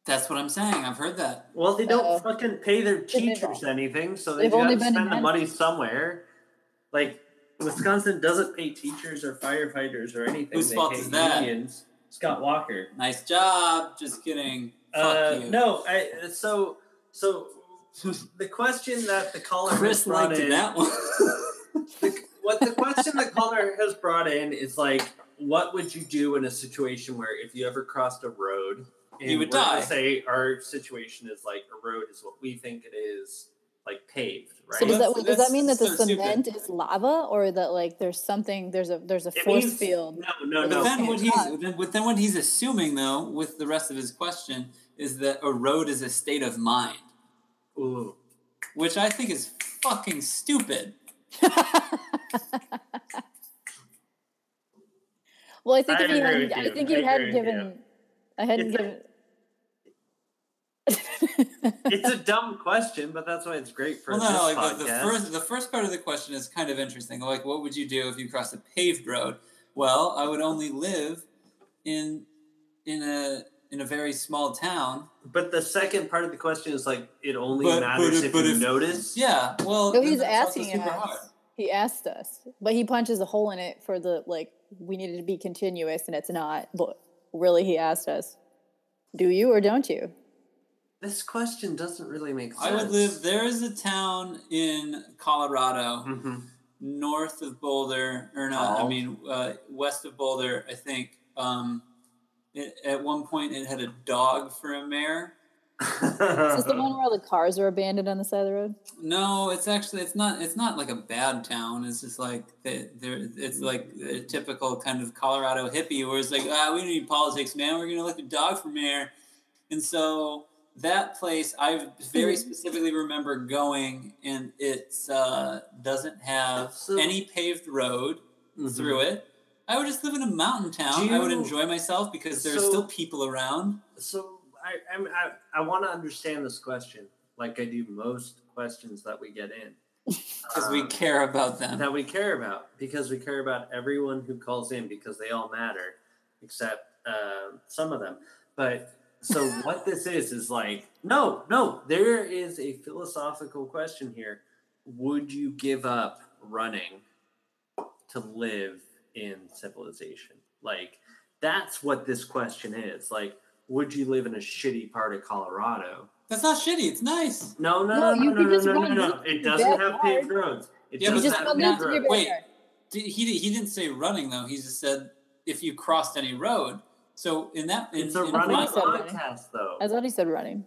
C: that's what I'm saying. I've heard that.
A: Well, they don't
B: Uh-oh.
A: fucking pay their teachers
B: all-
A: anything, so they
B: they've
A: got
B: only
A: to
B: been in
A: spend the
B: Madison.
A: money somewhere. Like Wisconsin doesn't pay teachers or firefighters or anything.
C: Whose
A: they
C: fault
A: pay
C: is that?
A: Unions. Scott Walker.
C: Nice job. Just kidding.
A: Uh,
C: Fuck you.
A: no, I, so so the question that the caller has
C: Chris
A: brought
C: liked
A: in,
C: that one.
A: the, what the question the caller has brought in is like, what would you do in a situation where if you ever crossed a road, and
C: You would
A: we're gonna
C: die.
A: Say our situation is like a road is what we think it is, like paved, right?
B: So does that
C: That's-
B: does that mean that
C: that's
B: the
C: so stupid.
B: cement is lava, or that like there's something there's a there's a
A: It
B: force
A: means-
B: field?
A: No, no,
C: but
A: no.
C: then what he's
B: Yeah.
C: then, but then what he's assuming though, with the rest of his question, is that a road is a state of mind,
A: Ooh.
C: which I think is fucking stupid.
B: well, I think
A: I
B: if you
A: agree
B: had,
A: with
B: I
A: you.
B: think
A: I
B: you had
A: agree with you.
B: given, I hadn't
A: It's
B: given.
A: It's a dumb question, but that's why it's great for
C: Well, no,
A: this
C: like the, the
A: podcast.
C: first the first part of the question is kind of interesting. Like, what would you do if you crossed a paved road? Well, I would only live in in a in a very small town.
A: But the second part of the question is like it only
C: But-
A: matters
C: but if-
A: if
C: but
A: you
C: if-
A: notice.
C: Yeah, well,
B: No,
C: then
B: he's
C: that's also
B: asking
C: super
B: us.
C: hard.
B: He asked us, but he punches a hole in it for the like we needed to be continuous, and it's not. But really, he asked us, "Do you or don't you?"
A: This question doesn't really make sense.
C: I would live. There is a town in Colorado,
A: Mhm.
C: north of Boulder, or not? I
A: Oh.
C: mean, uh, west of Boulder. I think. Um, it, at one point, it had a dog for a mayor.
B: Is this the
A: Uh-huh.
B: one where all the cars are abandoned on the side of the road?
C: No, it's actually it's not it's not like a bad town. It's just like the, there it's like a typical kind of Colorado hippie where it's like ah we don't need politics, man. We're gonna elect a dog for mayor, and so that place I very
A: Mm-hmm.
C: specifically remember going, and it's uh, doesn't have
A: So-
C: any paved road
A: Mhm.
C: through it. I would just live in a mountain town. I would
A: you-
C: enjoy myself because there's
A: so-
C: still people around.
A: So I I'm, I I want to understand this question, like I do most questions that we get in,
C: Because we
A: Um,
C: care about
B: Uh-huh.
C: them.
A: that we care about because we care about everyone who calls in because they all matter, except um some of them. But so what this is is like no, no, there is a philosophical question here. Would you give up running to live in civilization? Like that's what this question is. Like, would you live in a shitty part of Colorado?
C: That's not shitty. It's nice.
A: No, no,
B: No,
A: no, no,
B: you
A: no,
B: could
A: no,
B: just
A: no, no,
B: run
A: no.
B: deep in
A: It
B: the
A: doesn't have
B: backyard.
A: paved roads. It
C: Yeah,
B: You
C: but
A: doesn't
B: just
C: that-
A: have
B: run down
A: paved
B: to your
A: roads.
C: Wait.
B: backyard.
C: Did, he he didn't say running though. He just said if you crossed any road. So in that, in,
A: It's a
C: in
A: running
B: I thought he said
A: podcast, though.
B: I thought he said running.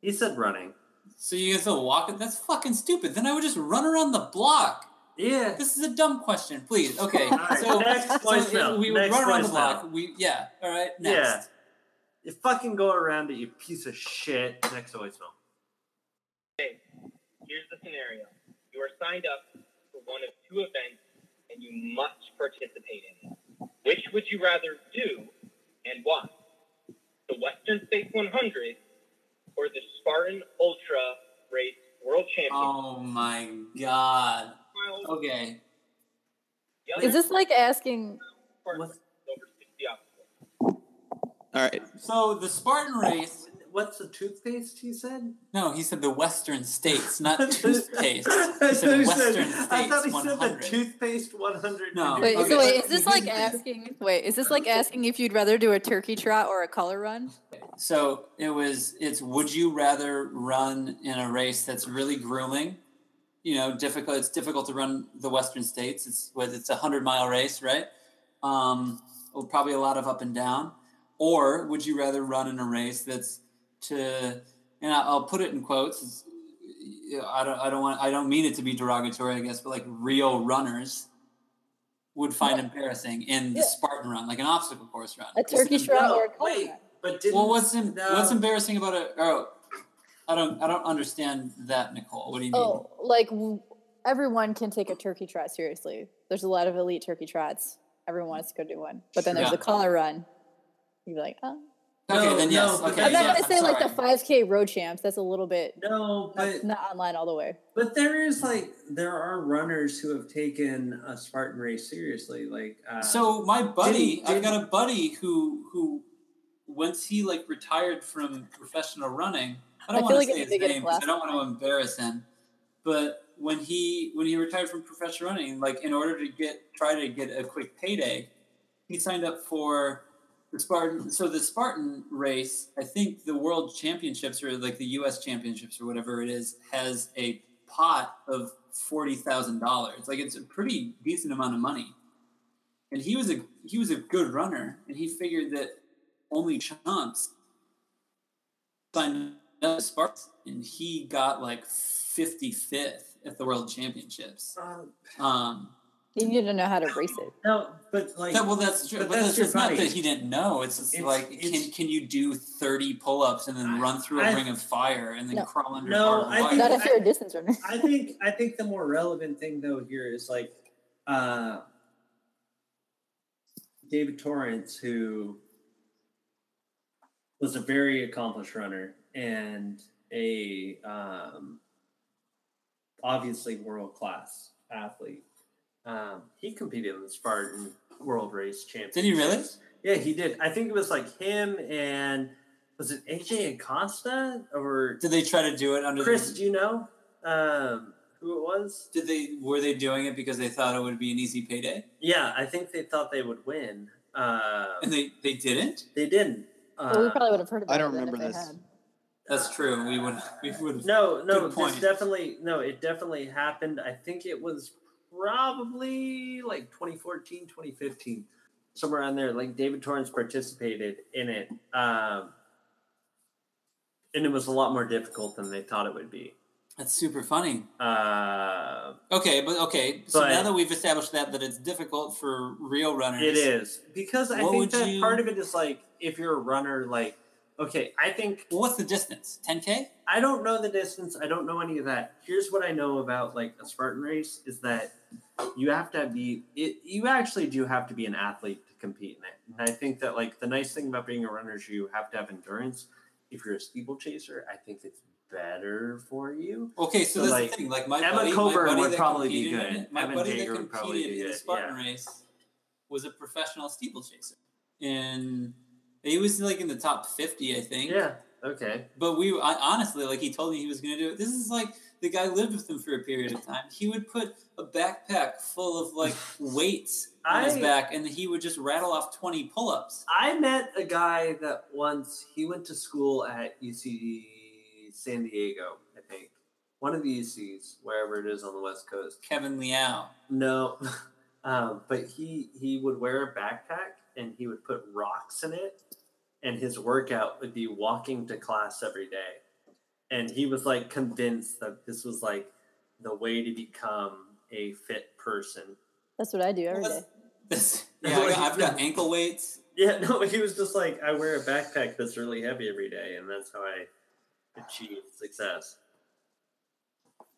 A: He said running.
C: so you guys will walk. That's fucking stupid. Then I would just run around the block.
A: Yeah.
C: This is a dumb question. Please, okay.
A: All right.
C: So,
A: next
C: so
A: voicemail.
C: we would
A: next
C: run around the
A: voicemail.
C: block. We yeah. All right. Next.
A: You fucking go around it, you piece of shit. Next voicemail.
H: Here's the scenario. You are signed up for one of two events and you must participate in it. Which would you rather do and why? The Western States 100 or the Spartan Ultra Race World Championship?
C: Oh my god. Okay.
B: Is this like asking?
A: What's,
H: over 60 obstacles.
D: All right.
C: So the Spartan race.
A: what's the toothpaste he said?
C: No, he said the Western States, not
A: I
C: toothpaste. He
A: thought
C: said
A: he
C: Western
A: said-
C: States
A: I thought he said
C: 100.
A: the toothpaste 100.
C: No.
B: Wait,
C: Okay.
B: so wait, is
C: You
B: this
C: can
B: like
C: do it.
B: asking? Wait, is this like asking if you'd rather do a turkey trot or a color run?
C: So it was. It's would you rather run in a race that's really grueling? You know, difficult. It's difficult to run the Western States. It's what it's a hundred mile race, right? Um, well, probably a lot of up and down. Or would you rather run in a race that's to? And I- I'll put it in quotes. It's, I don't. I don't want. I don't mean it to be derogatory, I guess, but like real runners would find embarrassing in the
B: Yeah.
C: Spartan run, like an obstacle course run.
B: A
C: It's an
B: turkey trot
A: no,
B: or a color
A: wait,
B: run?
A: but didn't
C: well, what's em-
A: no.
C: what's embarrassing about it? Oh, I don't I don't understand that, Nicole. What do you mean?
B: Oh, like w- everyone can take a turkey trot seriously. There's a lot of elite turkey trots. Everyone wants to go do one, but then there's
C: Yeah.
B: the collar run. You'd be like, oh.
C: okay,
A: no,
C: then yes.
A: no,
C: okay,
B: I'm not
C: yeah,
B: gonna say like the
C: sorry.
B: 5K road champs. That's a little bit
A: no, but
B: not, not online all the way.
A: But there is like there are runners who have taken a Spartan race seriously, like uh,
C: So my buddy,
A: Didn't-
C: I've got a buddy who who once he like retired from professional running. I don't
B: I feel
C: want
B: like
C: to
B: it'd
C: say
B: be
C: his
B: good
C: name because
B: class.
C: I don't want to embarrass him. But when he when he retired from professional running, like in order to get try to get a quick payday, he signed up for the Spartan. So the Spartan race, I think the World Championships or like the U.S. Championships or whatever it is, has a pot of forty thousand dollars. Like it's a pretty decent amount of money. And he was a he was a good runner, and he figured that only chance signed up with Spartans, and he got like fifty fifth at the World Championships.
A: uh,
C: Um,
B: You need to know how to race it.
A: no, but like
C: Yeah, well, that's true.
A: but
C: But,
A: that's
C: that's
A: your
C: it's not
A: body.
C: that he didn't know. It's just
A: It's-
C: like,
A: it's-
C: can can you do thirty pull ups and then
A: I-
C: run through a
A: I-
C: ring of fire and then
B: No.
C: crawl under
A: No,
C: barbed
A: I
C: wire?
A: think-
B: Not if you're a distance runner.
A: I think I think the more relevant thing though here is like uh, David Torrance, who was a very accomplished runner and a um, obviously world class athlete. Um, he competed in the Spartan World Race Championship.
C: Did he really?
A: Yeah, he did. I think it was like him and was it AJ Acosta or
C: Did they try to do it under
A: Chris?
C: The,
A: Do you know um, who it was?
C: did they were they doing it because they thought it would be an easy payday
A: Yeah, I think they thought they would win. Um
C: and they they didn't?
A: they didn't.
B: Well, we
A: Uh,
B: probably would have heard about
D: I don't
B: it then if
D: remember
B: they
D: this.
B: had.
C: That's true. We would we would
A: No, no,
C: Good
A: this
C: point.
A: definitely no, it definitely happened. I think it was probably like 2014, 2015, somewhere on there. Like David Torrance participated in it. Um and it was a lot more difficult than they thought it would be.
C: That's super funny.
A: Uh,
C: Okay, but okay. So
A: But-
C: now that we've established that that it's difficult for real runners,
A: it is because I
C: What
A: think
C: would
A: that
C: you-
A: part of it is like if you're a runner, like okay, I think
C: Well, what's the distance? 10k?
A: I don't know the distance. I don't know any of that. Here's what I know about like a Spartan race is that you have to be it, you actually do have to be an athlete to compete in it. And I think that like the nice thing about being a runner is you have to have endurance. If you're a steeplechaser, I think it's better for you.
C: Okay,
A: So,
C: so, that's
A: like,
C: the thing. Like my
A: Emma
C: buddy,
A: Coburn
C: my buddy
A: would
C: that
A: probably be
C: competed in
A: good.
C: it- My
A: Evan
C: buddy
A: Jaeger
C: that
A: would
C: competed
A: probably be
C: in the
A: good,
C: Spartan
A: yeah.
C: race was a professional steeplechaser, and he was like in the top 50, I think.
A: Yeah. Okay.
C: But we I, honestly, like he told me he was going to do it. This is like the guy lived with him for a period of time. He would put a backpack full of like weights on his
A: I-
C: back, and he would just rattle off 20 pull-ups.
A: I met a guy that once he went to school at UC San Diego, I think. One of the UCs, wherever it is on the West Coast.
C: Kevin Liao.
A: No, um, but he he would wear a backpack and he would put rocks in it, and his workout would be walking to class every day, and he was like convinced that this was like the way to become a fit person.
B: That's what I do every
C: Well,
B: day.
C: that's- that's- yeah, I got- I've got ankle weights.
A: Yeah, no, he was just like, I wear a backpack that's really heavy every day, and that's how I achieve success.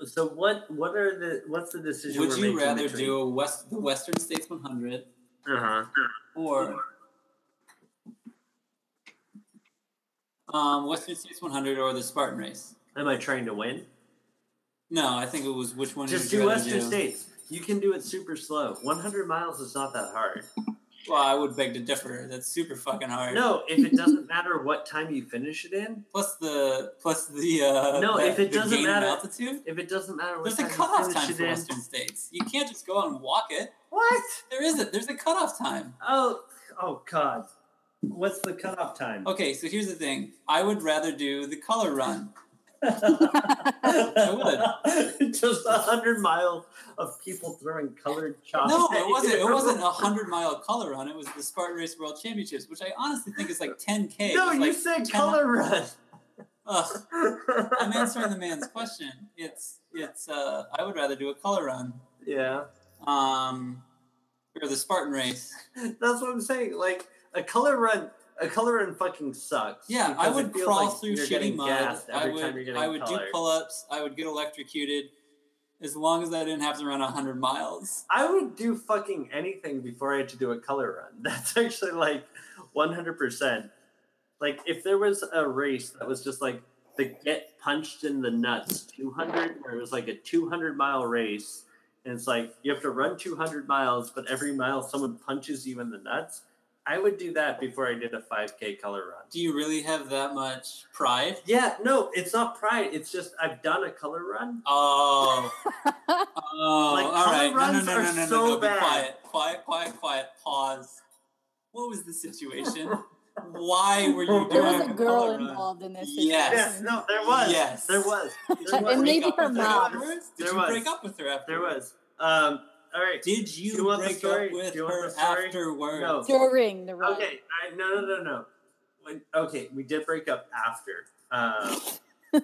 A: So what what are the what's the decision?
C: Would
A: we're
C: you
A: making
C: rather
A: between-
C: do a West the Western States 100
A: Uh-huh.
C: or um, Western States 100 or the Spartan race?
A: Am I trying to win?
C: No, I think it was which one.
A: Just
C: would you
A: do
C: rather
A: Western
C: do?
A: States. You can do it super slow. 100 miles is not that hard.
C: Well, I would beg to differ. That's super fucking hard.
A: No, if it doesn't matter what time you finish it in,
C: Plus the plus the uh,
A: No,
C: that-
A: if it
C: the
A: doesn't
C: gain of
A: matter-
C: altitude.
A: if it doesn't matter what
C: There's a
A: time
C: cutoff
A: you
C: time
A: finish
C: for
A: it in,
C: Western States. You can't just go out and walk it.
A: what?
C: There isn't. There's a cutoff time.
A: Oh, oh God! What's the cutoff time?
C: Okay, so here's the thing. I would rather do the color run.
A: Just a hundred miles of people throwing colored chalk.
C: No,
A: at
C: it wasn't. It
A: you.
C: wasn't a hundred mile color run. It was the Spartan Race World Championships, which I honestly think is like 10k. It
A: No,
C: was
A: you
C: like
A: said
C: 10
A: color run.
C: Ugh, I'm answering the man's question. It's it's. Uh, I would rather do a color run.
A: yeah,
C: Um, or the Spartan Race.
A: that's what I'm saying. Like a color run, a color run fucking sucks.
C: Yeah, I
A: because it
C: would
A: feels
C: crawl
A: like
C: through
A: you're
C: shitty
A: getting
C: mud.
A: gassed
C: I
A: every time you're
C: would,
A: getting
C: I would do
A: colored.
C: pull-ups. I would get electrocuted. As long as I didn't have to run hundred miles.
A: I would do fucking anything before I had to do a color run. That's actually like 100%. Like, if there was a race that was just like the get punched in the nuts 200, where it was like a 200 mile race, and it's like you have to run 200 miles, but every mile someone punches you in the nuts, I would do that before I did a 5K color run.
C: Do you really have that much pride?
A: Yeah, no, it's not pride. It's just I've done a color run
C: Oh. Oh,
A: Like,
C: all
A: color
C: right. No, no,
A: runs
C: no,
A: are
C: no, no,
A: so
C: no, no. Be
A: bad.
C: quiet. Quiet, quiet, quiet. Pause. What was the situation? Why were you doing
B: There was a
C: color
B: girl
C: run?
B: involved in this.
C: Yes.
A: Yes,
B: situation.
A: no, there was.
C: Yes.
A: There was. There
C: Did you
A: was.
B: And
C: break
B: maybe
C: up
B: her
C: with her
B: mom.
C: afterwards? Did
A: There
C: you
A: was.
C: break up with her afterwards?
A: There was. Um, all right.
C: Did you,
A: Do you want the
C: break
A: story?
C: up with
A: Do you want
C: her
A: the story?
C: afterwards?
A: No.
B: During the run.
A: Okay. I, no, no, no, no. When, okay, we did break up after. Um,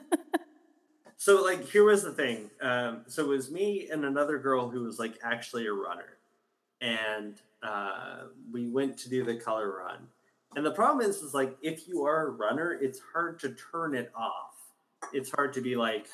A: so, like, here was the thing. Um, so it was me and another girl who was like actually a runner, and uh, we went to do the color run. And the problem is, is like if you are a runner, it's hard to turn it off. It's hard to be like,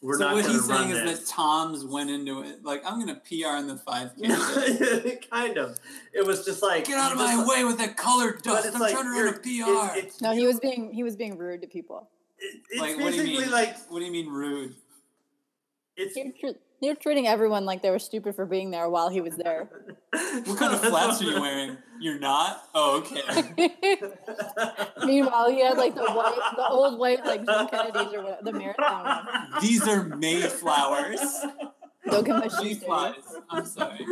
A: we're
C: so
A: not going
C: what
A: to
C: he's saying
A: run this.
C: is that Tom's went into it like I'm gonna PR in the five K.
A: kind of. It was just like
C: Get out of
A: just
C: my
A: like-
C: way with that color dust!
A: it's
C: I'm
A: like
C: trying to
A: you're-
C: run a PR.
A: It's, it's,
B: No, he was being he was being rude to people.
A: it- it's
C: like what do
A: basically
C: you mean?
A: like
C: what do you mean rude?
A: it's.
B: You're, tr- you're treating everyone like they were stupid for being there while he was there.
C: What kind of flats are you wearing? You're not? Oh, okay.
B: Meanwhile, he had like the white, the old white like John Kennedy's or whatever, the marathon one.
C: These are Mayflowers.
B: Don't get my shoes dirty.
C: Mayflies. I'm sorry.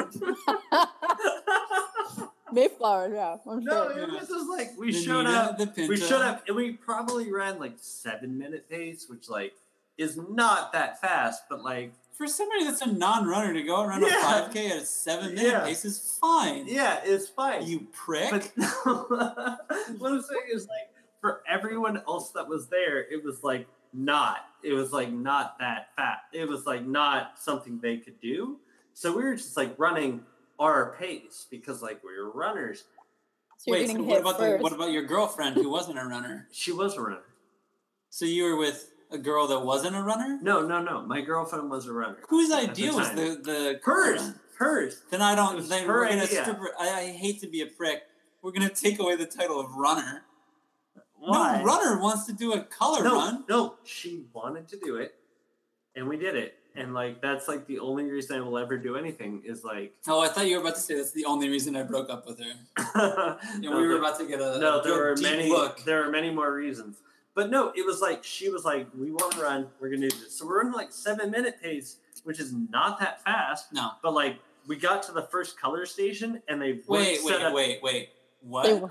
B: Mayflower, yeah. I'm
A: No,
B: sure.
A: it was just like we
C: The
A: showed
C: Nina,
A: up.
C: the
A: We
C: Pinta.
A: showed up, and we probably ran like seven minute pace, which like is not that fast, but like
C: For somebody that's a non-runner to go and run
A: Yeah.
C: a 5K at a seven-minute
A: Yeah.
C: pace is fine.
A: yeah, it's fine.
C: You prick.
A: but what I'm saying is like for everyone else that was there, it was like not. It was like not that fat. It was like not something they could do. So we were just like running our pace because like we were runners.
B: So you're
C: Wait,
B: getting
C: so
B: hit
C: what about
B: first.
C: the, what about your girlfriend who wasn't a runner?
A: She was a runner.
C: So you were with a girl that wasn't a runner?
A: No, no, no. My girlfriend was a runner.
C: Whose
A: at the
C: idea was
A: time.
C: the the
A: hers? Hers.
C: Then I
A: It
C: don't.
A: was
C: Then
A: her
C: we're gonna
A: idea.
C: strip. her- I, I hate to be a prick. We're gonna take away the title of runner.
A: Why?
C: No runner wants to do a color
A: no,
C: run.
A: no, she wanted to do it, and we did it. And like that's like the only reason I will ever do anything is like.
C: Oh, I thought you were about to say that's the only reason I broke up with her. And
A: no,
C: we were
A: there-
C: about to get a
A: no,
C: a
A: there
C: good
A: were
C: Uh, deep
A: many.
C: look.
A: There were many more reasons, but no, it was like she was like, "We want to run. We're gonna do this." So we're in like seven minute pace, which is not that fast.
C: No.
A: but like we got to the first color station, and they wouldn't
C: Wait,
A: set
C: wait,
A: up
C: wait, wait. What?
B: They were-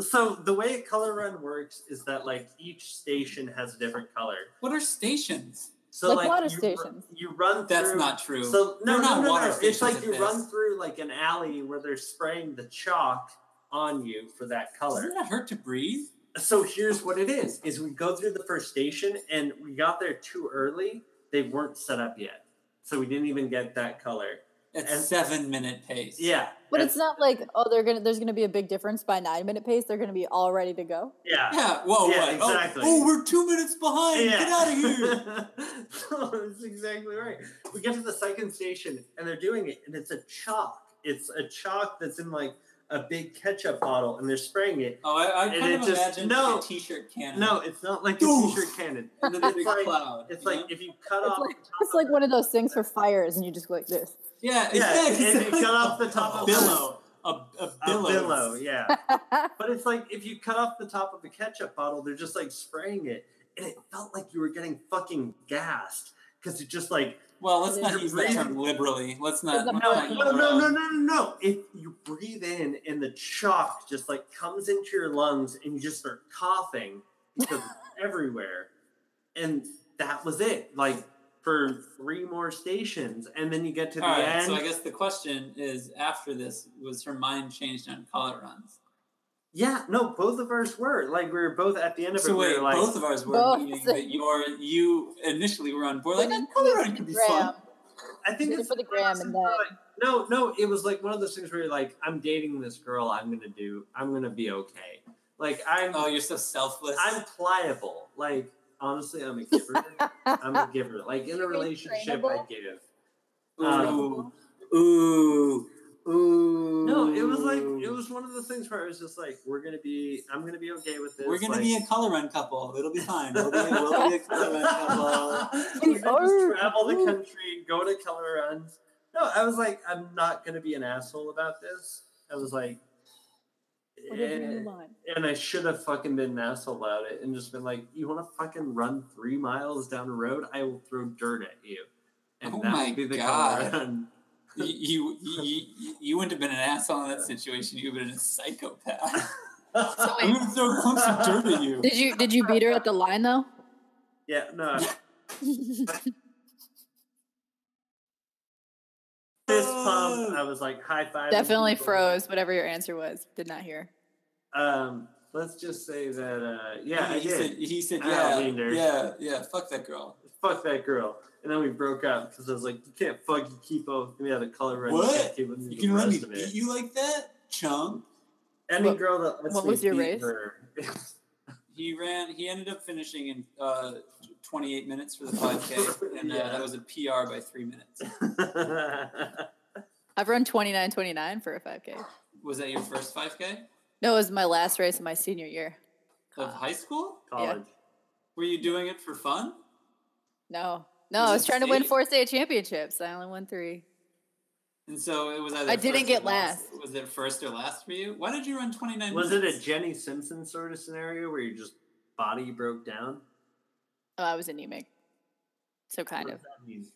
A: So the way Color Run works is that like each station has a different color.
C: What are stations?
A: So
B: Like water
A: you, ru-
B: stations.
A: You run.
C: That's
A: through,
C: not true.
A: So no,
C: They're
A: no,
C: not
A: no,
C: water
A: no.
C: stations
A: It's like
C: at
A: you
C: best.
A: run through like an alley where they're spraying the chalk on you for that color.
C: Doesn't that hurt to breathe?
A: So here's what it is: is we go through the first station and we got there too early. They weren't set up yet, so we didn't even get that color.
C: At
A: And-
C: seven minute pace.
A: Yeah,
B: But
A: that's-
B: it's not like oh, they're gonna. There's gonna be a big difference by nine minute pace. They're gonna be all ready to go.
A: yeah.
C: Yeah. Whoa.
A: Yeah,
C: what?
A: exactly.
C: Oh, oh, we're two minutes behind.
A: Yeah.
C: Get out of here.
A: No, That's exactly right. We get to the second station and they're doing it, and it's a chalk. It's a chalk that's in like a big ketchup bottle, and they're spraying it.
C: oh, I, I
A: And
C: kind
A: it
C: of
A: just-
C: imagined
A: no.
C: like a t-shirt cannon.
A: No, it's not like a
C: Oof.
A: t-shirt cannon.
C: And then a big
A: It's like-
C: cloud.
A: It's
C: you
A: like
C: know?
A: if you cut
B: It's
A: off,
B: like-
A: the top
B: It's
A: of
B: like
A: the-
B: one of those things for fires, and you just go like this.
C: yeah.
A: yeah,
C: Exactly.
A: if you cut off the top
C: a
A: of
C: billow. A, a
A: a
C: billow.
A: billow, yeah. But it's like if you cut off the top of a ketchup bottle, they're just like spraying it, and it felt like you were getting fucking gassed because it just like
C: Well, let's not
A: You're
C: use that term
A: breathing.
C: liberally. Let's not.
B: No,
C: let's
A: No,
C: not use
A: no, no,
C: that.
A: no, no, no, no. If you breathe in and the chalk just like comes into your lungs and you just start coughing because it's everywhere. And that was it. Like for three more stations. And then you get to the
C: All right.
A: end.
C: So I guess the question is: After this, was her mind changed on color runs?
A: yeah, no, both of ours were. Like we were both at the end of
C: So
A: it. we
C: wait,
A: were like,
C: both of ours were
B: Both.
C: meaning that your you initially were on board. Like that color run could be fun.
B: Graham,
A: I think
B: did it
A: it's
B: for the
A: one of
B: gram
A: those
B: and
A: things where,
B: then.
A: like, no, no, it was like one of those things where you're like, I'm dating this girl. I'm gonna do. I'm gonna be okay. Like I'm.
C: Oh, you're so selfless.
A: I'm pliable. Like honestly, I'm a giver. I'm a giver. Like in a
B: You're
A: relationship, I
B: trainable?
A: give.
C: Ooh,
A: um,
C: ooh, ooh.
A: No, it was like it was one of the things where I was just like, we're gonna be. I'm gonna be okay with this.
C: We're gonna
A: like,
C: be a color run couple. It'll be fine. We'll be, we'll be a color run couple.
A: we're gonna
B: Ooh.
A: just travel the
B: Ooh.
A: country, go to color runs. No, I was like, I'm not gonna be an asshole about this. I was like.
B: Whatever
A: eh.
B: you want.
A: And I should have fucking been an asshole about it and just been like, "You want to fucking run three miles down a road? I will throw dirt at you." And
C: Oh
A: that
C: my
A: would be the
C: God.
A: color run.
C: You, you, you, you wouldn't have been an asshole in that situation. You would have been a psychopath. I'm gonna throw clumps of dirt at you.
B: Did you did you beat her at the line though?
A: Yeah, no. Fist pump. I was like high five.
B: Definitely froze. Whatever your answer was, did not hear.
A: Um, let's just say that. Uh, yeah, I
C: he,
A: did.
C: said, he said,
A: I
C: yeah,
A: leaned her.
C: yeah, yeah, fuck that girl.
A: Fuck that girl. And then we broke up because I was like, "You can't fuck Kipo. We had a color run.
C: What?
A: You, can't keep with me
C: You
A: the
C: can let me
A: rest of
C: beat
A: it."
C: you like that, chum.
A: Any
B: What-
A: girl that lets
B: what
A: me
B: was your
A: beat
B: race?
A: her-
C: He ran. He ended up finishing in uh, 28 minutes for the 5K, and uh,
A: Yeah.
C: that was a PR by three minutes.
B: I've run 29 29 for a 5K.
C: Was that your first 5K
B: No, it was my last race of my senior year. Uh,
C: of high school?
A: College.
C: Were you doing it for fun?
B: No, no,
C: Was
B: I
C: it
B: was trying to win
C: state?
B: four state championships. I only won three.
C: And so it was either.
B: I didn't
C: first
B: get
C: or last.
B: last.
C: Was it first or last for you? Why did you run 29?
A: Was it
C: minutes?
A: a Jenny Simpson sort of scenario where you just body broke down?
B: Oh, I was anemic. So kind of.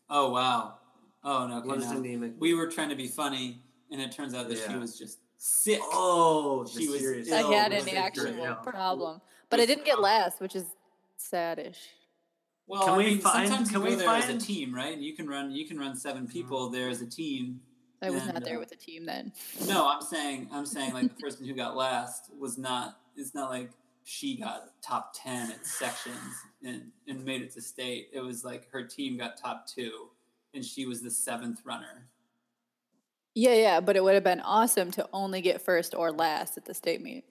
C: Oh wow. Oh no.
A: What
C: Okay,
A: does
C: no.
A: anemic?
C: We were trying to be funny, and it turns out that she
A: Yeah.
C: was just sick.
A: Oh,
C: She was
A: serious.
B: I
C: ill
B: had
C: with
B: an
C: it
B: actual
C: now.
B: problem, but I didn't get last, which is saddish.
C: Well,
A: Can
C: I
A: we
C: mean,
A: find-
C: sometimes
A: can
C: you
A: we
C: go there as a
A: find- Mm-hmm.
C: team, right? And you can run you can run seven people there as a team.
B: I was
C: And,
B: not there
C: uh,
B: with the team then.
C: No, I'm saying I'm saying like the person who got last was not. It's not like she got top ten at sections and and made it to state. It was like her team got top two, and she was the seventh runner.
B: Yeah, yeah, but it would have been awesome to only get first or last at the state meet.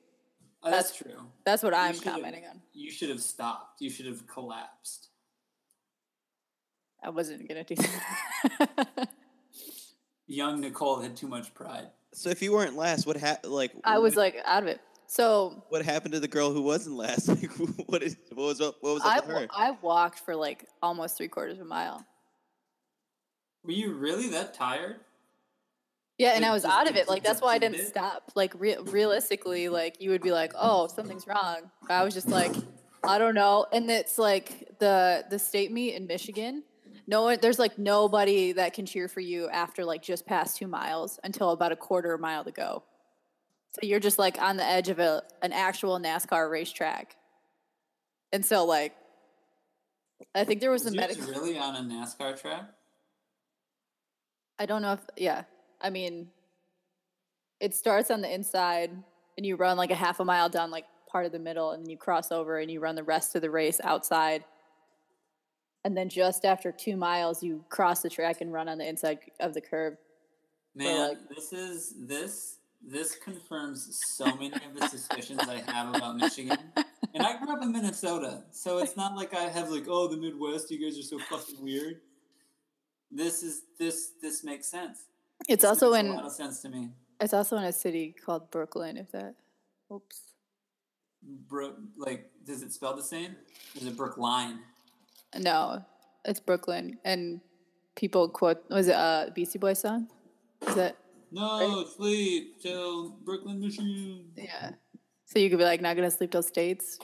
C: Oh, that's, true.
B: That's what I'm
C: should have-
B: commenting on.
C: You should have stopped. You should have collapsed.
B: I wasn't gonna do that.
C: Young Nicole had too much pride.
D: So if you weren't last, what hap- like
B: I was
D: what,
B: like out of it. So
D: what happened to the girl who wasn't last? Like what is what was up what was up
B: I,
D: with her?
B: wa- I walked for like almost three quarters of a mile.
C: Were you really that tired?
B: Yeah, and
C: Like,
B: I was
C: just
B: out of
C: did-
B: it. Like
C: did-
B: that's why I
C: did
B: didn't
C: it?
B: stop. Like re- realistically, like you would be like, "Oh, something's wrong." But I was just like, "I don't know." And it's like the the state meet in Michigan. No one, there's like nobody that can cheer for you after like just past two miles until about a quarter mile to go. So you're just like on the edge of a an actual NASCAR racetrack. And so like, I think there was a
C: Was yours
B: medical.
C: really on a NASCAR track?
B: I don't know if yeah. I mean, it starts on the inside and you run like a half a mile down like part of the middle and then you cross over and you run the rest of the race outside. And then just after 2 miles you cross the track and run on the inside of the curve.
C: Man,
B: like-
C: this is this this confirms so many of the suspicions I have about Michigan. And I grew up in Minnesota, so it's not like I have like, oh, the Midwest, you guys are so fucking weird. This is this this makes sense.
B: It's
C: This
B: also
C: makes a
B: in
C: lot of sense to me.
B: it's also in a city called Brooklyn if that. Oops.
C: Bro, like, does it spell the same? Is it Brookline?
B: No, it's Brooklyn and people quote was it a Beastie Boys song? Is that
C: No, sleep till Brooklyn, Michigan.
B: yeah. So you could be like not going to sleep till states.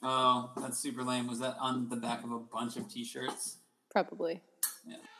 C: Oh, that's super lame. Was that on the back of a bunch of T-shirts?
B: Probably.
C: Yeah.